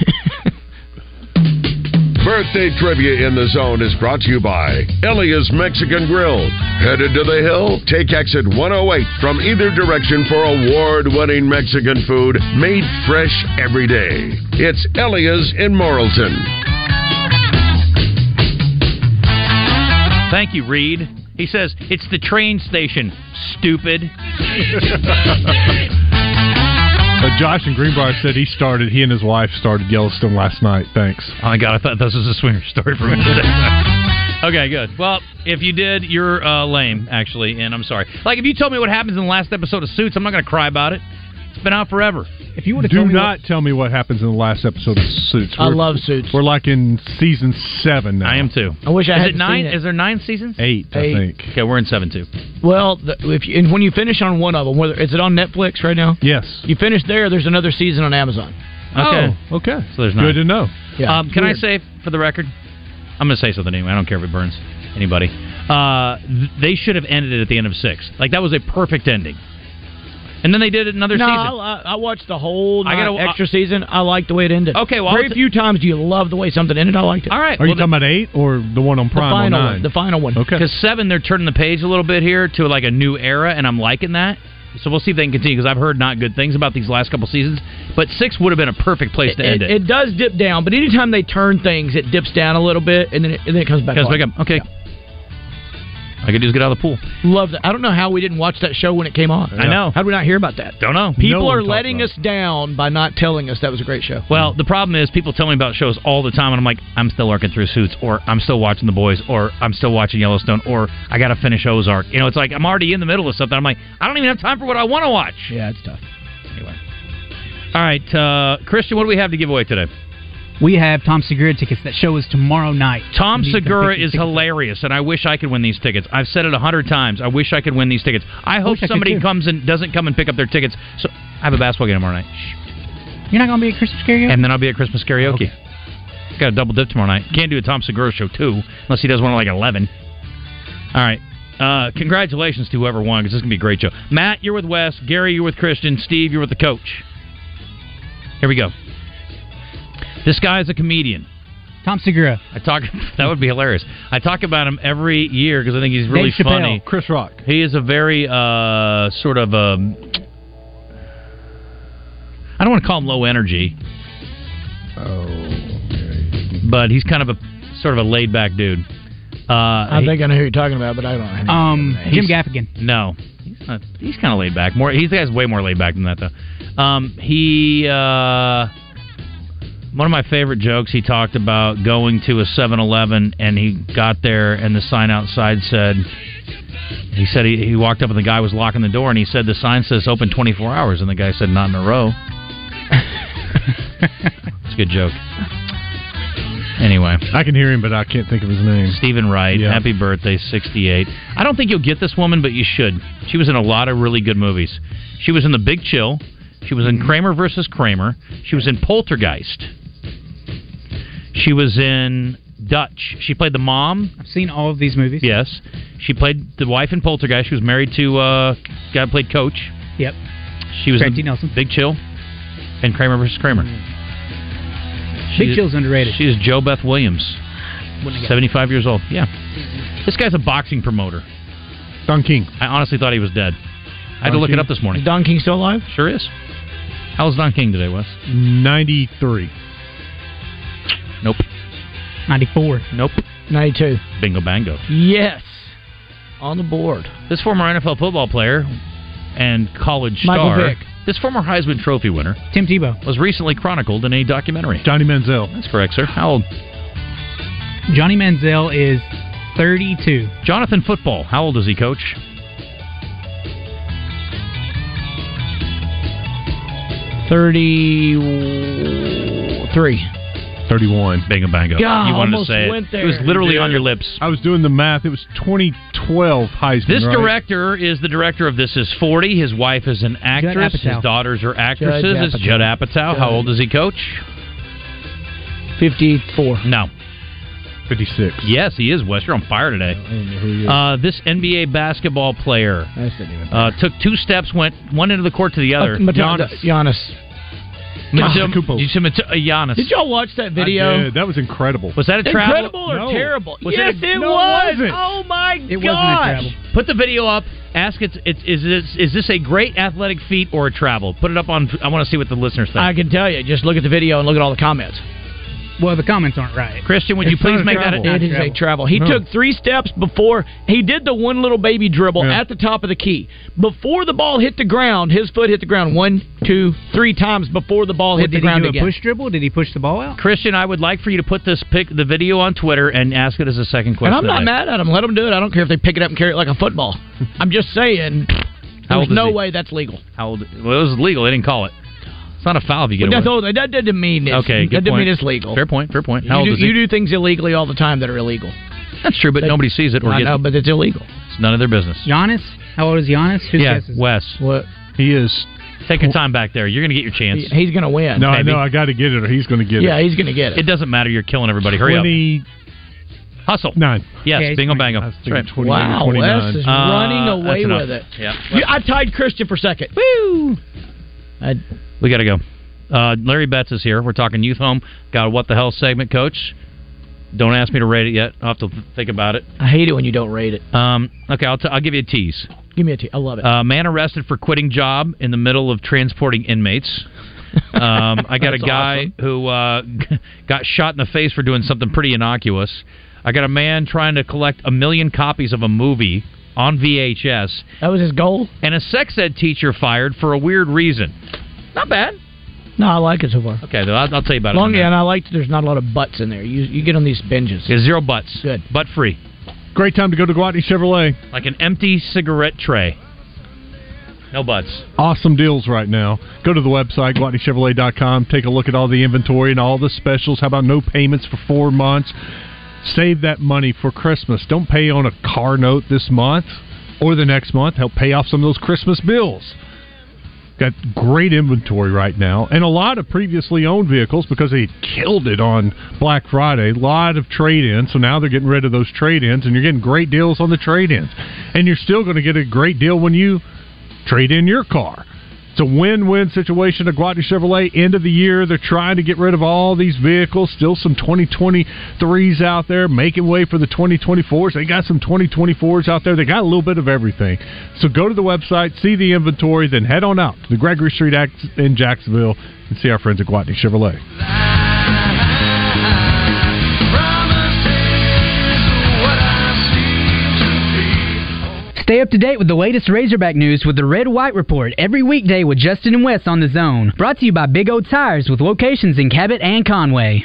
Birthday trivia in the zone is brought to you by Elia's Mexican Grill. Headed to the hill? Take exit 108 from either direction for award-winning Mexican food made fresh every day. It's Elia's in Morrilton.
Thank you, Reed. He says, It's the train station, stupid.
But Uh, Josh and Greenbrier said he started. He and his wife started Yellowstone last night. Thanks.
Oh my god, I thought this was a swinger story for me. okay, good. Well, if you did, you're uh, lame, actually, and I'm sorry. Like, if you told me what happens in the last episode of Suits, I'm not going to cry about it. It's been out forever.
If you would have
Do
told me
not tell me what happens in the last episode of Suits.
I
We're-
love Suits.
We're like in season seven now.
I am too.
I wish I
Is
had
it nine?
Seen it.
Is there nine seasons?
eight,
Eight.
I think.
Okay, we're in seven too.
Well, the, if you, and when you finish on one of them, whether is it on Netflix right now?
Yes.
You finish there. There's another season on Amazon.
Okay.
Oh, okay.
So there's
Good
nine.
to know.
Yeah.
um, can I say, for the record, I'm going to say something anyway. I don't care if it burns anybody. Uh, th- they should have ended it at the end of six. Like that was a perfect ending. And then they did it another
No,
season.
I, I watched the whole
I gotta-
nine- extra season. I liked the way it ended.
Okay, well, I'll
very
t-
few times do you love the way something ended. I liked it.
All right.
Are you
well,
talking about eight or the one on
the
Prime
final
on
one.
nine?
The final one.
okay.
Because seven, they're turning the page a little bit here to like a new era, and I'm liking that. So we'll see if they can continue because I've heard not good things about these last couple seasons. But six would have been a perfect place to
It,
end
it
it.
does dip down, but anytime they turn things, it dips down a little bit, and then it, and then it comes back.
Guys,
up.
wake up. Okay. I could just get out of the pool.
Love that. I don't know how we didn't watch that show when it came on.
I know.
How did we not hear about that?
Don't know.
People
one
are
talked
letting
about
us down by not telling us that was a great show.
Well, the problem is people tell me about shows all the time, and I'm like, I'm still working through Suits, or I'm still watching The Boys, or I'm still watching Yellowstone, or I got to finish Ozark. You know, it's like I'm already in the middle of something. I'm like, I don't even have time for what I want to watch.
Yeah, it's tough.
Anyway. All right, uh, Christian, what do we have to give away today?
We have Tom Segura tickets. That show is tomorrow night.
Tom
You need to come
Segura
pick your
is
tickets.
hilarious, and I wish I could win these tickets. I've said it a hundred times. I wish I could win these tickets. I hope
I could
somebody
too.
comes and doesn't come and pick up their tickets. So I have a basketball game tomorrow night,
You're not going to be at Christmas karaoke?
and then I'll be at Christmas karaoke. Got a double dip tomorrow night. Can't do a Tom Segura show too, unless he does one at like eleven. All right. Uh, congratulations to whoever won because this is gonna be a great show. Matt, you're with Wes. Gary, you're with Christian. Steve, you're with the coach. Here we go. This guy is a comedian.
Tom Segura.
I talk. That would be hilarious. I talk about him every year because I think he's really
Dave Chappelle.
funny.
Chris Rock.
He is a very uh, sort of um, I don't want to call him low energy,
Oh.
but he's kind of a sort of a laid back dude. Uh,
I
he-
think I know who you're talking about, but I don't know.
Um, Jim Gaffigan.
no, he's not, he's kind of laid back. More he's the guy's way more laid back than that though. Um, he uh, one of my favorite jokes. He talked about going to a 7-Eleven and he got there and the sign outside said. He said he, he walked up and the guy was locking the door and he said the sign says open 24 hours and the guy said not in a row. It's a good joke. Anyway,
I can hear him, but I can't think of his name.
Stephen Wright,
Yeah.
happy birthday, 68. I don't think you'll get this woman, but you should. She was in a lot of really good movies. She was in The Big Chill. She was
Mm-hmm.
in Kramer versus Kramer. She was in Poltergeist. She was in Dutch. She played the mom.
I've seen all of these movies.
Yes. She played the wife in Poltergeist. She was married to uh, guy who played Coach.
Yep.
She was in
Grant T. Nelson.
Big Chill and Kramer versus Kramer.
Big
She-
Mm. Chill's underrated.
She is Joe Beth Williams.
Wouldn't have got-
75 years old. Yeah. This guy's a boxing promoter.
Don King.
I honestly thought he was dead. I had to look it up this
Is
morning.
Don King still alive?
Sure is. How was Don King today, Wes?
93.
Nope.
94.
Nope.
92.
Bingo bango.
Yes. On the board.
This former NFL football player and college
Michael
star,
Vick.
this former Heisman Trophy winner,
Tim Tebow.
was recently chronicled in a documentary.
Johnny Manziel.
That's correct, sir. How old?
Johnny Manziel is 32.
Jonathan Football. How old is he, coach?
Thirty-three.
31.
Bingo bango.
Yeah,
you wanted
almost
to say
went
it.
there.
It was literally
Yeah.
on your lips.
I was doing the math. It was 2012 Heisman.
This
right?
director is the director of This Is 40. His wife is an actress.
Apatow.
His daughters are actresses. it's
Judd Apatow.
Judd Apatow. How
Judd.
old is he, coach?
Fifty-four.
No.
56.
Yes, he is, Wes. You're on fire today.
I don't know who he is.
Uh, this NBA basketball player
That's not even.
uh, took two steps, went one end of the court to the other.
Uh, Mate-
Giannis.
Giannis.
Matem-
Antetokounmpo.
you said Mate- uh, Giannis.
Did y'all watch that
I
video?
did. That was incredible.
Was that a travel?
Incredible or
No.
terrible?
Was
yes,
it
it,
a-
No, it
was.
wasn't.
Oh my
It wasn't a
gosh!
travel.
Put the video up. Ask it. It's is this is this a great athletic feat or a travel? Put it up on. I want to see what the listeners think.
I can tell you. Just look at the video and look at all the comments.
Well, the comments aren't right.
Christian, would you
It's not
please
a
make
travel.
that?
It
A,
is a travel. He
No.
took three steps before he did the one little baby dribble
Yeah.
at the top of the key. Before the ball hit the ground, his foot hit the ground one, two, three times before the ball
Well,
hit
did
the
he
ground
do a
again.
push dribble? Did he push the ball out?
Christian, I would like for you to put this pic, the video on Twitter, and ask it as a second question.
And I'm not
today.
mad at him. Let him do it. I don't care if they pick it up and carry it like a football. I'm just saying,
How old
there's
is
no
he?
way that's legal.
How old? Well, it was legal. They didn't call it. It's not a foul if you get
But
away.
that's all, that doesn't mean it's,
Okay, good
that doesn't
point.
mean it's legal.
Fair point. Fair point. How
You,
old
do,
is he?
you do things illegally all the time that are illegal.
That's true, but nobody sees it or
I
gets
know,
it.
but it's illegal.
It's none of their business.
Giannis? How old is Giannis? Who's
yeah,
guesses?
Wes,
What?
he is.
take your time back there. You're going to get your chance.
He- he's gonna win.
No, I
Maybe.
know. I got to get it, or he's going to get
Yeah,
it.
he's gonna get it.
It doesn't matter. You're killing everybody. Hurry up.
29.
Hustle. Yes,
Yeah, he's
bingo
20.
bango.
I was
That's
thinking
right.
28
wow,
or 29.
Wes is
Uh,
running away
that's
with it.
enough. Yeah.
You- I tied Christian for second. Woo! I,
We got to go. Uh, Larry Betts is here. We're talking youth home. Got a what the hell segment, coach. Don't ask me to rate it yet. I'll have to think about it.
I hate it when you don't rate it.
Um, okay, I'll, t- I'll give you a tease.
Give me a T. I love it.
Uh, man arrested for quitting job in the middle of transporting inmates. Um, I got a
That's
guy who uh, got shot in the face for doing something pretty innocuous. I got a man trying to collect a million copies of a movie on VHS,
that was his goal.
and a sex ed teacher fired for a weird reason. Not bad.
No, I like it so far.
Okay, though, I'll, I'll tell you about
Long
it. in a
yeah,
minute.
and I like that there's not a lot of butts in there. You you get on these binges.
Yeah, zero butts.
Good.
Butt free.
Great time to go to Guadney Chevrolet.
Like an empty cigarette tray. No buts.
Awesome deals right now. Go to the website, GuadneyChevrolet.com. Take a look at all the inventory and all the specials. How about no payments for four months? Save that money for Christmas. Don't pay on a car note this month or the next month. Help pay off some of those Christmas bills. Got great inventory right now and a lot of previously owned vehicles because they killed it on Black Friday. A lot of trade ins. So now they're getting rid of those trade ins and you're getting great deals on the trade ins. And you're still going to get a great deal when you trade in your car. It's a win-win situation at Guadney Chevrolet. End of the year, they're trying to get rid of all these vehicles. Still some 2023s out there, making way for the 2024s. They got some 2024s out there. They got a little bit of everything. So go to the website, see the inventory, then head on out to the Gregory Street Act in Jacksonville and see our friends at Guadney Chevrolet.
Stay up to date with the latest Razorback news with the Red White Report every weekday with Justin and Wes on the Zone. Brought to you by Big O Tires with locations in Cabot and Conway.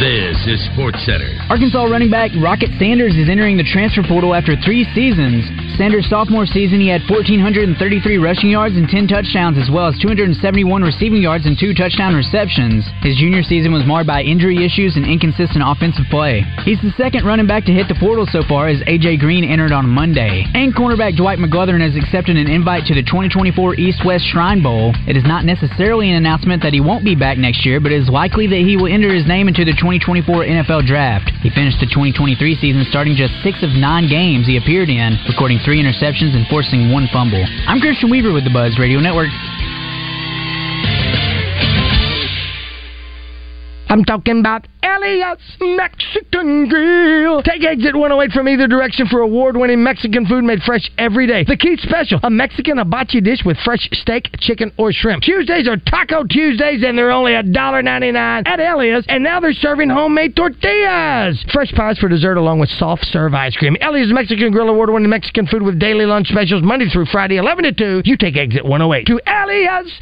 This is Sports Center.
Arkansas running back Rocket Sanders is entering the transfer portal after three seasons. Sanders' sophomore season, he had 1,433 rushing yards and 10 touchdowns, as well as 271 receiving yards and two touchdown receptions. His junior season was marred by injury issues and inconsistent offensive play. He's the second running back to hit the portal so far, as A.J. Green entered on Monday. And cornerback Dwight McGluthern has accepted an invite to the 2024 East West Shrine Bowl. It is not necessarily an announcement that he won't be back next year, but it is likely that he will enter his name into the 2024 NFL Draft. He finished the 2023 season starting just six of nine games he appeared in, recording three interceptions and forcing one fumble. I'm Christian Weaver with the Buzz Radio Network.
I'm talking about Elliot's Mexican Grill. Take exit 108 from either direction for award winning Mexican food made fresh every day. The Keith Special, a Mexican hibachi dish with fresh steak, chicken, or shrimp. Tuesdays are Taco Tuesdays, and they're only $1.99 at Elliot's, and now they're serving homemade tortillas. Fresh pies for dessert along with soft serve ice cream. Elliot's Mexican Grill award winning Mexican food with daily lunch specials Monday through Friday, 11 to 2. You take exit 108 to Elliot's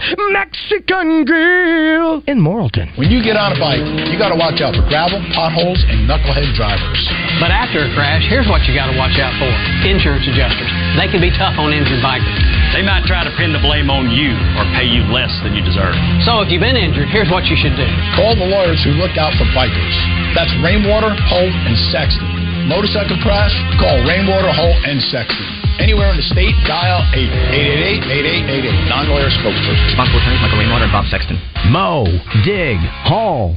Mexican Grill in Morrilton.
When you get on a bike, you got to watch out for gravel, potholes, and knucklehead drivers.
But after a crash, here's what you got to watch out for insurance adjusters. They can be tough on injured bikers.
They might try to pin the blame on you or pay you less than you deserve.
So if you've been injured, here's what you should do.
Call the lawyers who look out for bikers. That's Rainwater, Holt, and Sexton. Motorcycle crash? Call Rainwater, Holt, and Sexton. Anywhere in the state, dial 8 888 8888. Non lawyer spokesperson.
Responsible attorneys Michael Rainwater and Bob Sexton.
Mow, dig, haul,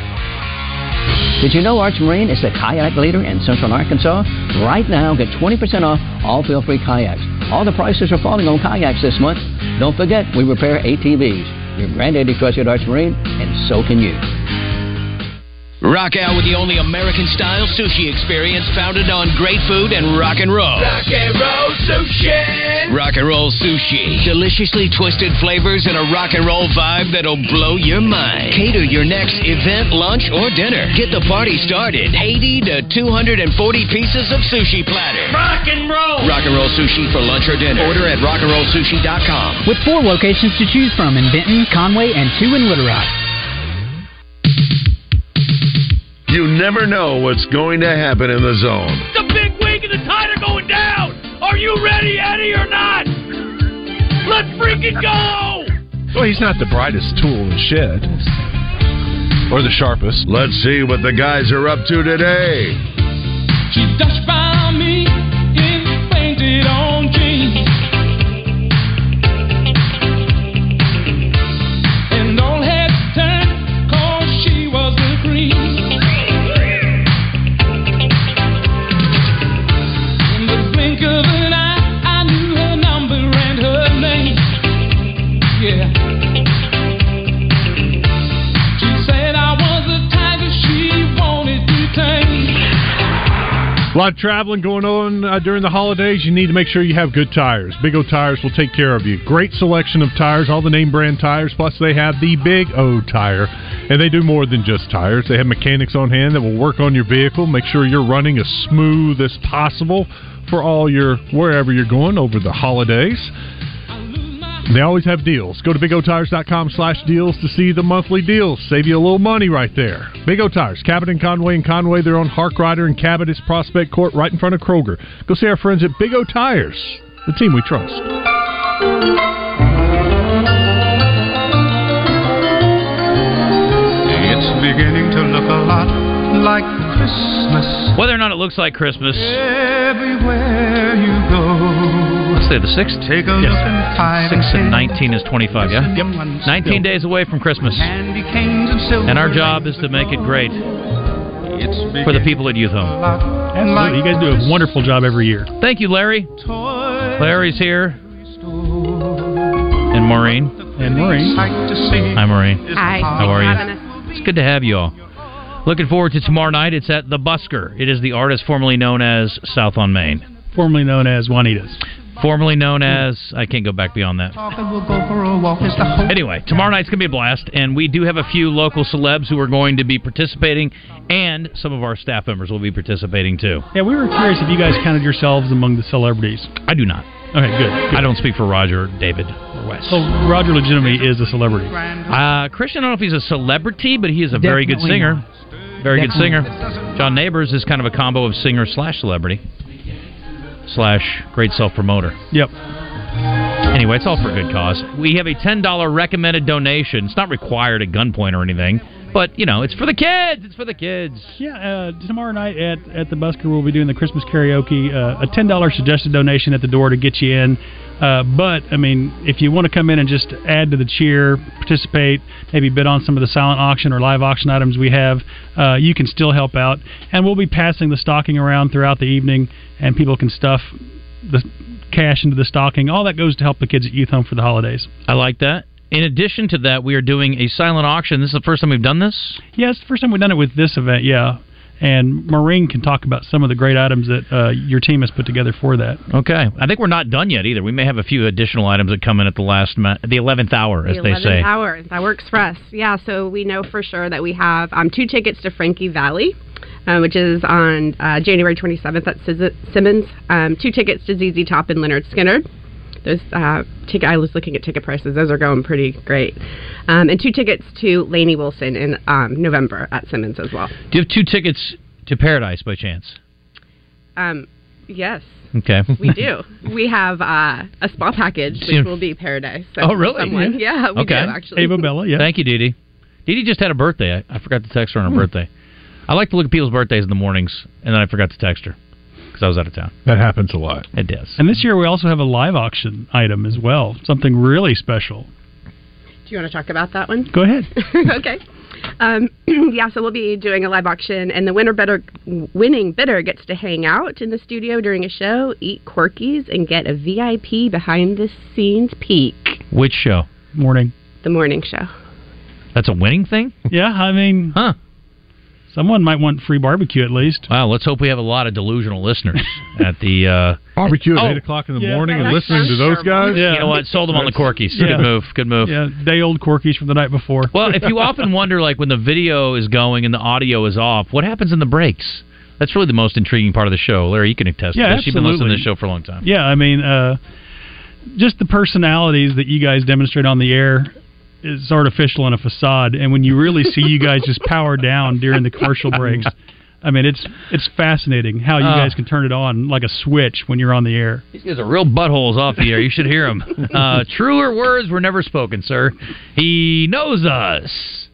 Did you know Arch Marine is the kayak leader in central Arkansas? Right now, get 20% off all feel free kayaks. All the prices are falling on kayaks this month. Don't forget, we repair ATVs. Your granddaddy trusted Arch Marine, and so can you.
Rock out with the only American style sushi experience founded on great food and rock and roll.
Rock and roll sushi.
Rock and roll sushi. Deliciously twisted flavors and a rock and roll vibe that'll blow your mind. Cater your next event, lunch, or dinner. Get the party started. 80 to 240 pieces of sushi platter.
Rock and roll.
Rock and roll sushi for lunch or dinner. Order at rockandrollsushi.com.
With four locations to choose from in Benton, Conway, and two in Little Rock.
You never know what's going to happen in the zone.
It's a big week and the tide are going down. Are you ready, Eddie, or not? Let's freaking go!
Well, he's not the brightest tool in the shed. Or the sharpest.
Let's see what the guys are up to today.
She touched by me in painted on jeans. And all heads turned 'cause she was the green. In the blink of an eye, I knew her number and her name. Yeah. She said I was a tiger she wanted to tame.
A lot of traveling going on uh, during the holidays. You need to make sure you have good tires. Big O Tires will take care of you. Great selection of tires, all the name brand tires, plus they have the Big O Tire. And they do more than just tires. They have mechanics on hand that will work on your vehicle, make sure you're running as smooth as possible for all your wherever you're going over the holidays. They always have deals. Go to BigOTires.com slash deals to see the monthly deals. Save you a little money right there. Big O Tires, Cabot and Conway and Conway. They're on Hark Rider and Cabot. It's Prospect Court right in front of Kroger. Go see our friends at Big O Tires, the team we trust.
It's beginning to look a lot like Christmas
Whether or not it looks like Christmas,
everywhere you go.
let's say the 6th.
Take a look and five
Six
and
and 19 is 25, yeah?
Yep.
19 days away from Christmas.
Candy canes and silver
And our job is to make it great for the people at Youth Home.
And like
You guys do a wonderful job every year. Thank you, Larry. Larry's here. And Maureen. And
Maureen. to see.
Hi, Maureen.
Hi.
How are
Hi, Vanessa.
you? It's good to have you all. Looking forward to tomorrow night. It's at The Busker. It is the artist formerly known as South on Main. Formerly known as Juanitas. Formerly known as, I can't go back beyond that.
Talk and we'll go for a walk is the hope.
Anyway, tomorrow night's going to be a blast, and we do have a few local celebs who are going to be participating, and some of our staff members will be participating too.
Yeah, we were curious if you guys counted yourselves among the celebrities.
I do not.
Okay, good. good.
I don't speak for Roger, David, or Wes.
So Roger legitimately is a celebrity.
Uh, Christian, I don't know if he's a celebrity, but he is a very good
Definitely
singer. Very good
Definitely.
singer. John Neighbors is kind of a combo of singer slash celebrity slash great self promoter.
Yep.
Anyway, it's all for a good cause. We have a $10 recommended donation. It's not required at gunpoint or anything, but, you know, it's for the kids. It's for the kids.
Yeah, uh, tomorrow night at, at the Busker, we'll be doing the Christmas karaoke. Uh, a $10 suggested donation at the door to get you in. Uh, but, I mean, if you want to come in and just add to the cheer, participate, maybe bid on some of the silent auction or live auction items we have, uh, you can still help out. And we'll be passing the stocking around throughout the evening, and people can stuff the cash into the stocking. All that goes to help the kids at Youth Home for the holidays.
I like that. In addition to that, we are doing a silent auction. This is the first time we've done this.
Yeah, it's the first time we've done it with this event, yeah. And Maureen can talk about some of the great items that uh, your team has put together for that.
Okay, I think we're not done yet either. We may have a few additional items that come in at the last, ma- the eleventh hour, as
the
they
11th
say.
hour. That works for us. Yeah, so we know for sure that we have um, two tickets to Frankie Valley, uh, which is on uh, January 27th at Sis- Simmons. Um, two tickets to ZZ Top and Leonard Skinner. Those uh, ticket, I was looking at ticket prices; those are going pretty great. Um, and two tickets to Laney Wilson in um, November at Simmons as well.
Do you have two tickets to Paradise by chance?
Um, yes,
Okay,
we do. we have uh, a spa package,
Seen-
which will be Paradise.
Oh, really?
Someone. Yeah. we
okay,
do actually.
Thank you, Dee Dee. Dee Dee just had a birthday. I, I forgot to text her on her
Hmm.
birthday. I like to look at people's birthdays in the mornings, and then I forgot to text her because I was out of town.
That happens a lot.
It does.
And this year we also have a live auction item as well, something really special.
Do you want to talk about that one?
Go ahead.
okay. Um, yeah, so we'll be doing a live auction, and the winner bidder, winning bidder gets to hang out in the studio during a show, eat Quirkies, and get a VIP behind the scenes peek.
Which show?
Morning.
The morning show.
That's a winning thing?
Yeah, I mean,
huh?
Someone might want free barbecue at least.
Wow, let's hope we have a lot of delusional listeners at the uh,
Barbecue at
Oh.
8 o'clock in the
Yeah.
morning
Yeah,
and
that
listening to
sounds
those guys?
You know what? Sold them on the Corkies.
Yeah.
Good move. Good move.
Yeah, day old corkies from the night before.
Well, if you often wonder, like when the video is going and the audio is off, what happens in the breaks? That's really the most intriguing part of the show. Larry, you can attest
Yeah,
to this. You've been listening to
absolutely.
this show for a long time.
Yeah, I mean, uh, just the personalities that you guys demonstrate on the air is artificial and a facade, and when you really see you guys just power down during the commercial breaks, I mean, it's it's fascinating how you
Uh.
guys can turn it on like a switch when you're on the air.
These guys are real buttholes off the air. You should hear them. Uh, truer words were never spoken, sir. He knows us.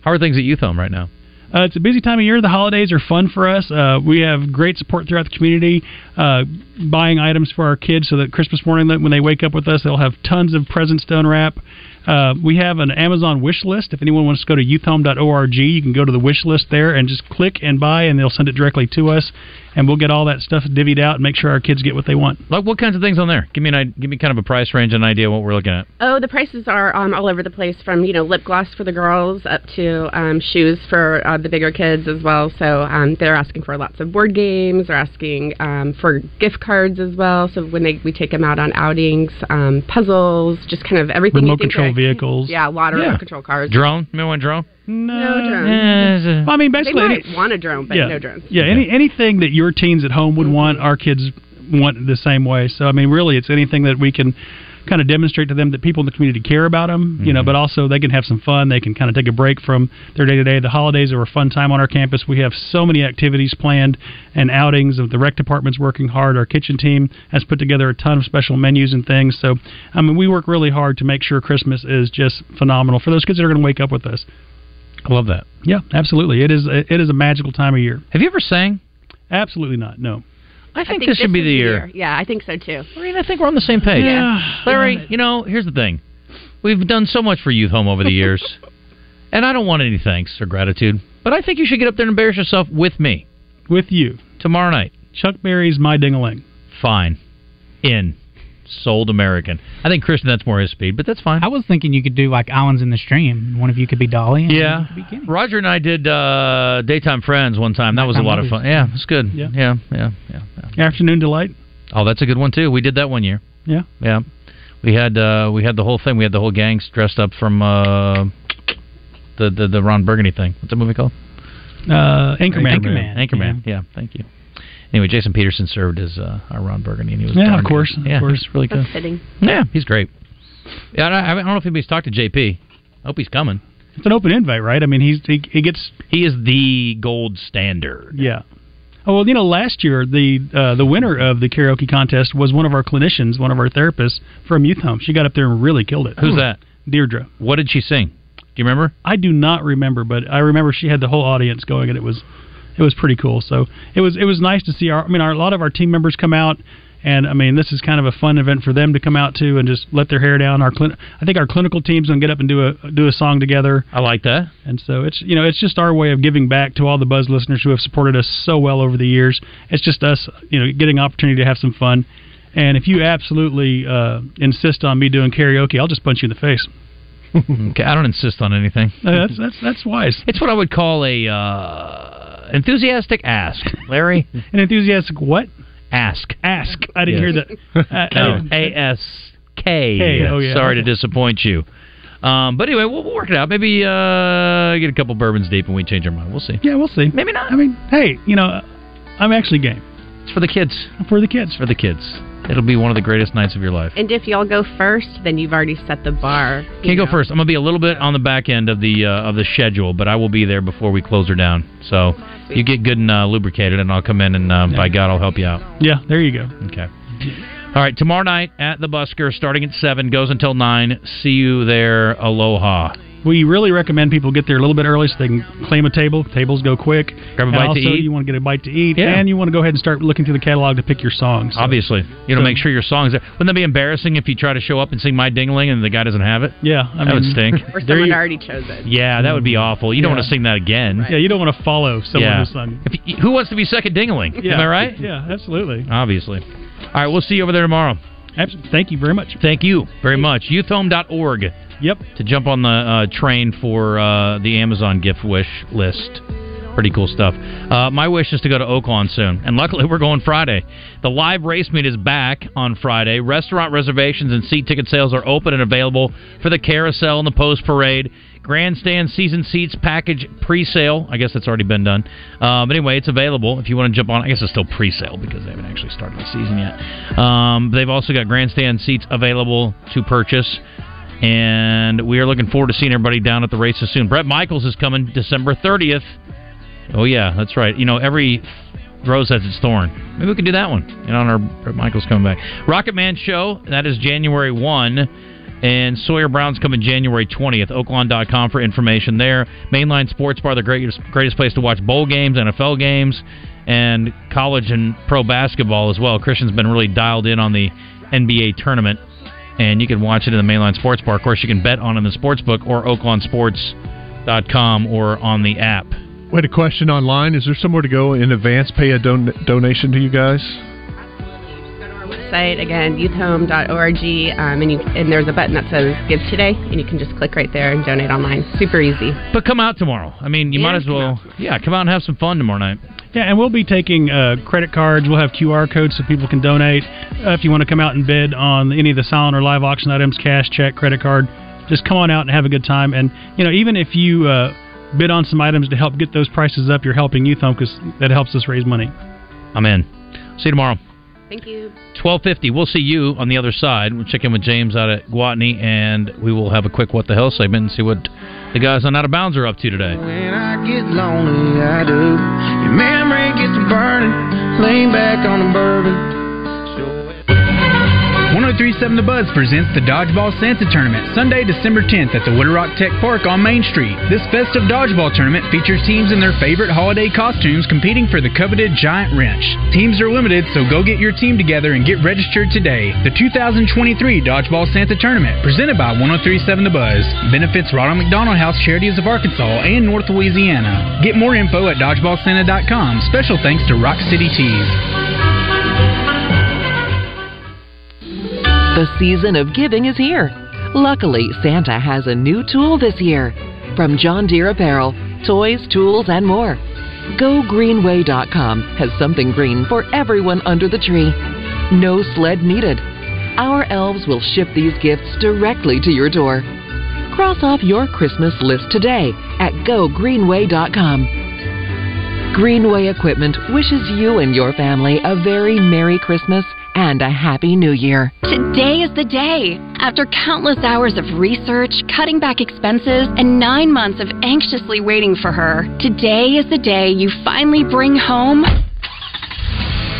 How are things at Youth Home right now?
Uh, it's a busy time of year. The holidays are fun for us. Uh, we have great support throughout the community, uh, buying items for our kids so that Christmas morning that when they wake up with us, they'll have tons of presents to unwrap. Uh, we have an Amazon wish list. If anyone wants to go to youthhome.org, you can go to the wish list there and just click and buy, and they'll send it directly to us, and we'll get all that stuff divvied out and make sure our kids get what they want.
Like what kinds of things on there? Give me an idea, give me kind of a price range and an idea what we're looking at.
Oh, the prices are um, all over the place from, you know, lip gloss for the girls up to um, shoes for uh, the bigger kids as well. So um, they're asking for lots of board games. They're asking um, for gift cards as well. So when they, we take them out on outings, um, puzzles, just kind of everything. you
Remote
think
control
they're-
vehicles.
Yeah, a lot of
Yeah.
remote control cars.
Drone? Remember when drone?
No drone.
Eh, it's a- Well, I mean, basically
They
any-
might want a drone, but
yeah.
no drones. Mm-hmm.
Yeah, any, anything that your teens at home would want, our kids want the same way. So, I mean, really, it's anything that we can kind of demonstrate to them that people in the community care about them, you
Mm-hmm.
know, but also they can have some fun. They can kind of take a break from their day to day. The holidays are a fun time on our campus. We have so many activities planned and outings. The rec department's working hard. Our kitchen team has put together a ton of special menus and things. So, I mean, we work really hard to make sure Christmas is just phenomenal for those kids that are going to wake up with us.
I love that.
Yeah, absolutely. It is it is a magical time of year.
Have you ever sang?
Absolutely not. No.
I think, this should be
is
the year.
Yeah, I think so too.
Maureen, I think we're on the same page.
Yeah.
Larry, you know, here's the thing. We've done so much for youth home over the years, and I don't want any thanks or gratitude, but I think you should get up there and embarrass yourself with me.
With you.
Tomorrow night.
Chuck Berry's My Dingaling.
Fine. In. Sold American. I think Christian, that's more his speed, but that's fine.
I was thinking you could do like Islands in the Stream. One of you could be Dolly. and
Yeah. Roger and I did uh, Daytime Friends one time. That was a
Nighttime
lot of
movies.
fun. Yeah, it's good.
Yeah.
yeah, yeah, yeah.
Afternoon Delight.
Oh, that's a good one too. We did that one year.
Yeah.
Yeah. We had uh, we had the whole thing. We had the whole gangs dressed up from uh, the, the the Ron Burgundy thing. What's the movie called?
Uh, Anchorman.
Anchorman. Anchorman. Yeah. Thank you. Anyway, Jason Peterson served as uh, our Ron Burgundy, and he was
Yeah,
darn
of course,
good.
of
yeah, he
course.
was really good.
That's fitting.
Yeah, he's great. Yeah, I, I don't know if anybody's talked to JP. I hope he's coming.
It's an open invite, right? I mean, he's he, he gets
he is the gold standard.
Yeah. Oh well, you know, last year the uh, the winner of the karaoke contest was one of our clinicians, one of our therapists from youth home. She got up there and really killed it. Hmm.
Who's that?
Deirdre.
What did she sing? Do you remember?
I do not remember, but I remember she had the whole audience going, and it was it was pretty cool. So it was it was nice to see our. I mean, our, a lot of our team members come out, and I mean, this is kind of a fun event for them to come out to and just let their hair down. Our clin- I think our clinical team's gonna get up and do a do a song together.
I like that.
And so it's you know it's just our way of giving back to all the Buzz listeners who have supported us so well over the years. It's just us you know getting opportunity to have some fun. And if you absolutely uh, insist on me doing karaoke, I'll just punch you in the face.
okay, I don't insist on anything.
Uh, That's that's that's wise.
It's what I would call a uh, enthusiastic ask, Larry.
An enthusiastic what?
Ask.
Ask. I didn't
Yes.
hear that. Uh, I- I
No,
didn't-
A S K.
K, oh, yeah.
Sorry to disappoint you. Um, but anyway, we'll, we'll work it out. Maybe uh, get a couple bourbons deep and we change our mind. We'll see.
Yeah, we'll see.
Maybe not.
I mean, hey, you know, I'm actually game.
It's for the kids.
For the kids.
For the kids. It'll be one of the greatest nights of your life.
And if y'all go first, then you've already set the bar.
Can't go first. I'm gonna be a little bit on the back end of the uh, of the schedule, but I will be there before we close her down. So you get good and uh, lubricated, and I'll come in and uh, by God, I'll help you out.
Yeah, there you go.
Okay. All right, tomorrow night at the Busker, starting at seven, goes until nine. See you there. Aloha.
We really recommend people get there a little bit early so they can claim a table. Tables go quick.
Grab a
And
bite to
also,
eat.
You want to get a bite to eat,
Yeah.
and you want to go ahead and start looking through the catalog to pick your songs.
Obviously, you know,
So-
make sure your song's there. Wouldn't that be embarrassing if you try to show up and sing "My Dingling" and the guy doesn't have it?
Yeah, I
that would
mean-
stink.
Or
There
someone
you-
already chose it.
yeah, that would be awful. You
Mm-hmm. Yeah.
don't want to sing that again.
Yeah, you don't want to follow someone
Yeah.
who sung.
If you, who wants to be second dingling? Am I right?
Yeah, absolutely.
Obviously. All right, we'll see you over there tomorrow.
Thank you very much.
Thank you very much. Youthhome.org.
Yep.
To jump on the uh, train for uh, the Amazon gift wish list. Pretty cool stuff. Uh, my wish is to go to Oaklawn soon, and luckily we're going Friday. The live race meet is back on Friday. Restaurant reservations and seat ticket sales are open and available for the carousel and the post parade. Grandstand season seats package pre-sale. I guess that's already been done. Uh, but anyway, it's available if you want to jump on. I guess it's still pre-sale because they haven't actually started the season yet. Um, they've also got grandstand seats available to purchase. And we are looking forward to seeing everybody down at the races soon. Brett Michaels is coming December 30th. Oh, yeah, that's right. You know, every rose has its thorn. Maybe we can do that one. And on our Brett Michaels coming back. Rocket Man Show, that is January 1. And Sawyer Brown's coming January 20th. Oaklawn.com for information there. Mainline Sports Bar, the greatest, greatest place to watch bowl games, NFL games, and college and pro basketball as well. Christian's been really dialed in on the NBA tournament and you can watch it in the Mainline Sports Bar. Of course, you can bet on it in the sports book or oaklandsports.com or on the app.
We had a question online. Is there somewhere to go in advance, pay a don- donation to you guys?
Site again, youthhome.org, um, and, you, and there's a button that says Give Today, and you can just click right there and donate online. Super easy.
But come out tomorrow. I mean, you might as well. Yeah, come out and have some fun tomorrow night.
Yeah, and we'll be taking uh, credit cards. We'll have QR codes so people can donate. Uh, if you want to come out and bid on any of the silent or live auction items, cash, check, credit card, just come on out and have a good time. And you know, even if you uh, bid on some items to help get those prices up, you're helping Youth Home because that helps us raise money.
I'm in. See you tomorrow.
Thank you.
1250. We'll see you on the other side. We'll check in with James out at Guatney, and we will have a quick What the Hell segment and see what the guys on Out of Bounds are up to today.
When I get lonely, I do. Your memory gets to burning. Lean back on the bourbon.
1037 The Buzz presents the Dodgeball Santa Tournament, Sunday, December 10th at the Little Rock Tech Park on Main Street. This festive dodgeball tournament features teams in their favorite holiday costumes competing for the coveted giant wrench. Teams are limited, so go get your team together and get registered today. The 2023 Dodgeball Santa Tournament, presented by 1037 The Buzz, benefits Ronald McDonald House Charities of Arkansas and North Louisiana. Get more info at dodgeballsanta.com. Special thanks to Rock City Tees.
The season of giving is here. Luckily, Santa has a new tool this year from John Deere Apparel, toys, tools, and more. GoGreenway.com has something green for everyone under the tree. No sled needed. Our elves will ship these gifts directly to your door. Cross off your Christmas list today at GoGreenway.com. Greenway Equipment wishes you and your family a very Merry Christmas and a Happy New Year.
Today is the day. After countless hours of research, cutting back expenses, and nine months of anxiously waiting for her, today is the day you finally bring home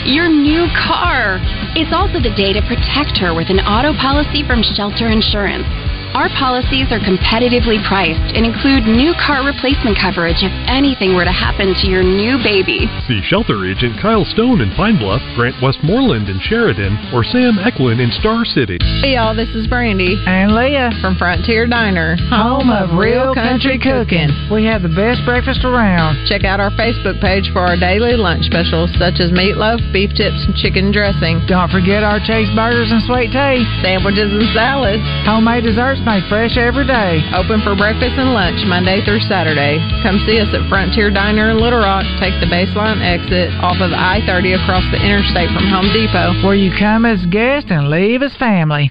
your new car. It's also the day to protect her with an auto policy from Shelter Insurance. Our policies are competitively priced and include new car replacement coverage if anything were to happen to your new baby.
See shelter agent Kyle Stone in Pine Bluff, Grant Westmoreland in Sheridan, or Sam Eklund in Star City.
Hey y'all, this is Brandy and Leah from Frontier Diner,
Home of real country cooking.
We have the best breakfast around. Check out our Facebook page for our daily lunch specials such as meatloaf, beef tips, and chicken dressing.
Don't forget our cheeseburgers and sweet tea,
sandwiches and salads,
homemade desserts made fresh every day.
Open for breakfast and lunch Monday through Saturday. Come see us at Frontier Diner in Little Rock. Take the baseline exit off of I 30 across the interstate from Home Depot.
Where you come as guest and leave as family.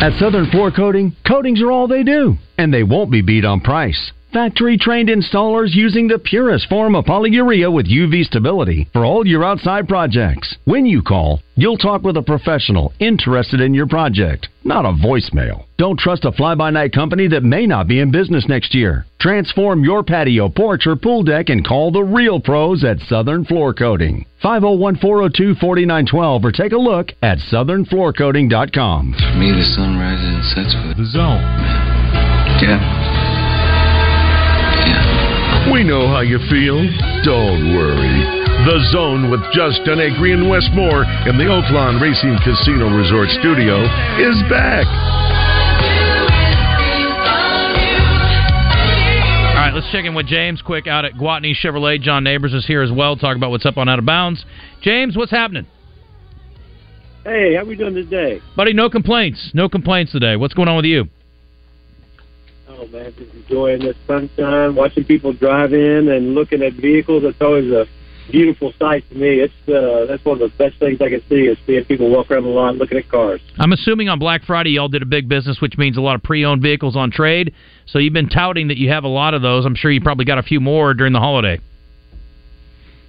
At Southern Floor Coating, coatings are all they do, and they won't be beat on price. Factory trained installers using the purest form of polyurea with UV stability for all your outside projects. When you call, you'll talk with a professional interested in your project, not a voicemail. Don't trust a fly by night company that may not be in business next year. Transform your patio, porch, or pool deck and call the real pros at Southern Floor Coating. 501 402 4912 or take a look at southernfloorcoating.com.
For me, the sun rises and sets with the zone. Yeah.
We know how you feel. Don't worry. The Zone with Justin Agri and Westmore in the Oaklawn Racing Casino Resort Studio is back.
All right, let's check in with James quick out at Guatney Chevrolet. John Neighbors is here as well. Talk about what's up on Out of Bounds. James, what's happening?
Hey, how we doing today?
Buddy, no complaints. No complaints today. What's going on with you?
Oh man, just enjoying the sunshine, watching people drive in and looking at vehicles. It's always a beautiful sight to me. It's uh, that's one of the best things I can see is seeing people walk around the lot looking at cars.
I'm assuming on Black Friday y'all did a big business, which means a lot of pre-owned vehicles on trade. So you've been touting that you have a lot of those. I'm sure you probably got a few more during the holiday.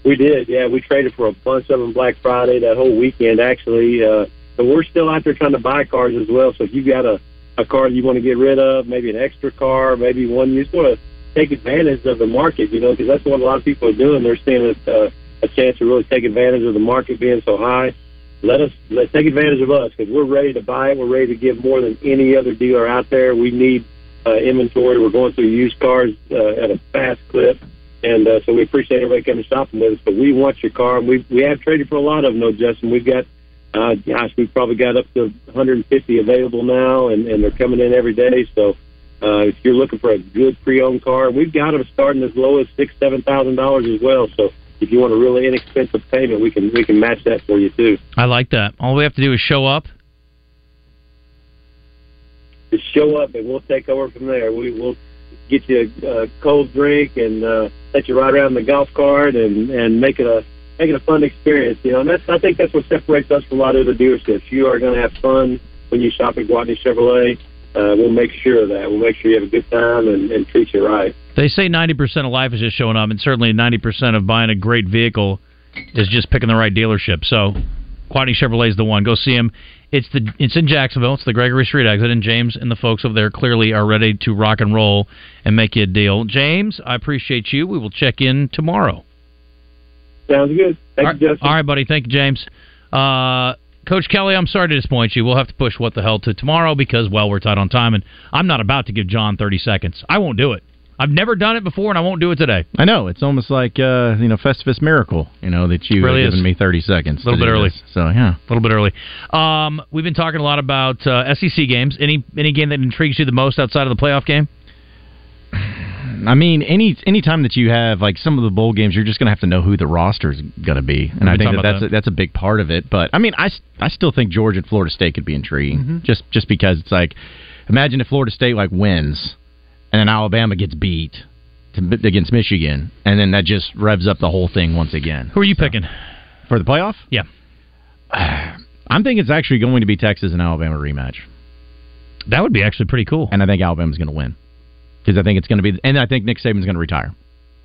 We did, yeah. We traded for a bunch of them Black Friday that whole weekend actually. Uh, but we're still out there trying to buy cars as well. So if you got a a car you want to get rid of, maybe an extra car, maybe one you just want to take advantage of the market, you know, because that's what a lot of people are doing. They're seeing a, uh, a chance to really take advantage of the market being so high. Let us let take advantage of us because we're ready to buy it. We're ready to give more than any other dealer out there. We need uh, inventory. We're going through used cars uh, at a fast clip, and uh, so we appreciate everybody coming shopping with us. But we want your car. And we we have traded for a lot of them, though, Justin. We've got uh, gosh, we've probably got up to 150 available now, and, and they're coming in every day. So uh, if you're looking for a good pre-owned car, we've got them starting as low as six, seven thousand dollars as well. So if you want a really inexpensive payment, we can we can match that for you too.
I like that. All we have to do is show up.
Just show up, and we'll take over from there. We will get you a, a cold drink and uh, let you ride around in the golf cart and and make it a make it a fun experience. You know, and that's I think that's what separates us from a lot of other dealerships. You are going to have fun when you shop at Guadney Chevrolet. Uh, we'll make sure of that. We'll make sure you have a good time and, and treat you right.
They say 90% of life is just showing up, and certainly 90% of buying a great vehicle is just picking the right dealership. So, Quadney Chevrolet is the one. Go see them. It's the it's in Jacksonville. It's the Gregory Street exit, and James and the folks over there clearly are ready to rock and roll and make you a deal. James, I appreciate you. We will check in tomorrow.
Sounds good. Thank
all
you, Justin.
All right, buddy. Thank you, James. Uh, Coach Kelly, I'm sorry to disappoint you. We'll have to push what the hell to tomorrow because, well, we're tight on time, and I'm not about to give John 30 seconds. I won't do it. I've never done it before, and I won't do it today.
I know it's almost like uh, you know Festivus miracle, you know that you
Really
have
is.
given me thirty seconds.
A little
to do
bit early.
this. so yeah.
A little bit early. Um, we've been talking a lot about uh, SEC games. Any any game that intrigues you the most outside of the playoff game?
I mean, any any time that you have like some of the bowl games, you're just going to have to know who the roster is going to be, and
We've
I
been
think
talking
that
about
that's A, that's a big part of it. But I mean, I, s- I still think Georgia and Florida State could be intriguing,
Mhm.
just just because it's like, imagine if Florida State like wins, and then Alabama gets beat to, against Michigan, and then that just revs up the whole thing once again.
Who are you picking
for the playoff?
Yeah,
I'm thinking it's actually going to be Texas and Alabama rematch.
That would be actually pretty cool,
and I think Alabama's going to win because I think it's going to be, and I think Nick Saban's going to retire.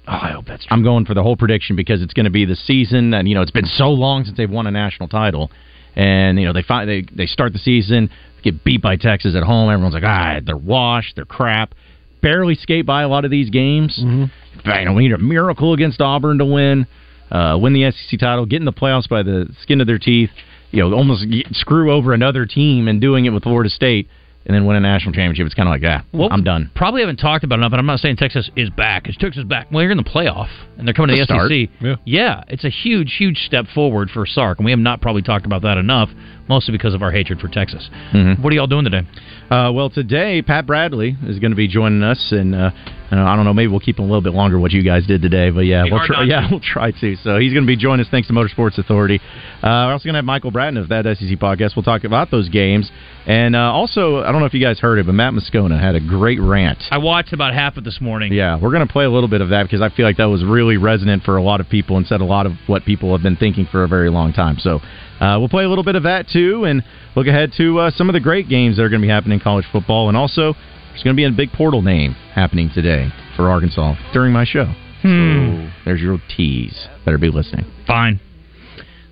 Oh, I hope that's.
I'm going for the whole prediction because it's going to be the season, and you know it's been so long since they've won a national title, and you know they find they they start the season get beat by Texas at home. Everyone's like, ah, they're washed, they're crap. Barely skate by a lot of these games.
Mm-hmm.
You know, we need a miracle against Auburn to win, uh, win the SEC title, get in the playoffs by the skin of their teeth. You know, almost get, screw over another team and doing it with Florida State, and then win a national championship. It's kind of like, ah,
Well,
I'm done.
Probably haven't talked about it enough, and I'm not saying Texas is back. It's Texas back. Well, you're in the playoff, and they're coming to the
It's a start.
SEC. Yeah. it's a huge, huge step forward for Sark, and we have not probably talked about that enough, mostly because of our hatred for Texas.
Mm-hmm.
What are y'all doing today?
Uh, well, today Pat Bradley is going to be joining us, and uh, uh, I don't know, maybe we'll keep him a little bit longer what you guys did today, but yeah,
Be
we'll
hard
try.
not
Yeah,
to.
we'll try to. So he's going to be joining us thanks to Motorsports Authority. Uh, we're also going to have Michael Bratton of that SEC podcast. We'll talk about those games, and uh, also I don't know if you guys heard it, but Matt Moscona had a great rant
I watched about half of this morning.
yeah, we're going to play a little bit of that because I feel like that was really resonant for a lot of people and said a lot of what people have been thinking for a very long time. So uh, we'll play a little bit of that too and look ahead to uh, some of the great games that are going to be happening in college football. And also, there's going to be a big portal name happening today for Arkansas during my show.
Hmm.
So there's your tease. Better be listening.
Fine.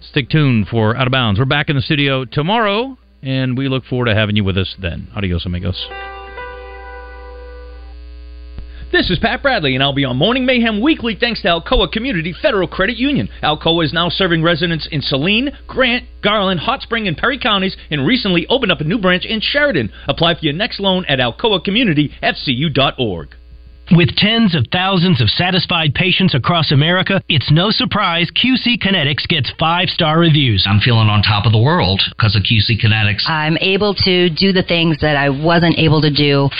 Stick tuned for Out of Bounds. We're back in the studio tomorrow, and we look forward to having you with us then. Adios, amigos.
This is Pat Bradley, and I'll be on Morning Mayhem weekly thanks to Alcoa Community Federal Credit Union. Alcoa is now serving residents in Saline, Grant, Garland, Hot Spring, and Perry counties, and recently opened up a new branch in Sheridan. Apply for your next loan at alcoacommunityfcu.org.
With tens of thousands of satisfied patients across America, it's no surprise QC Kinetics gets five star reviews. I'm feeling on top of the world because of QC Kinetics.
I'm able to do the things that I wasn't able to do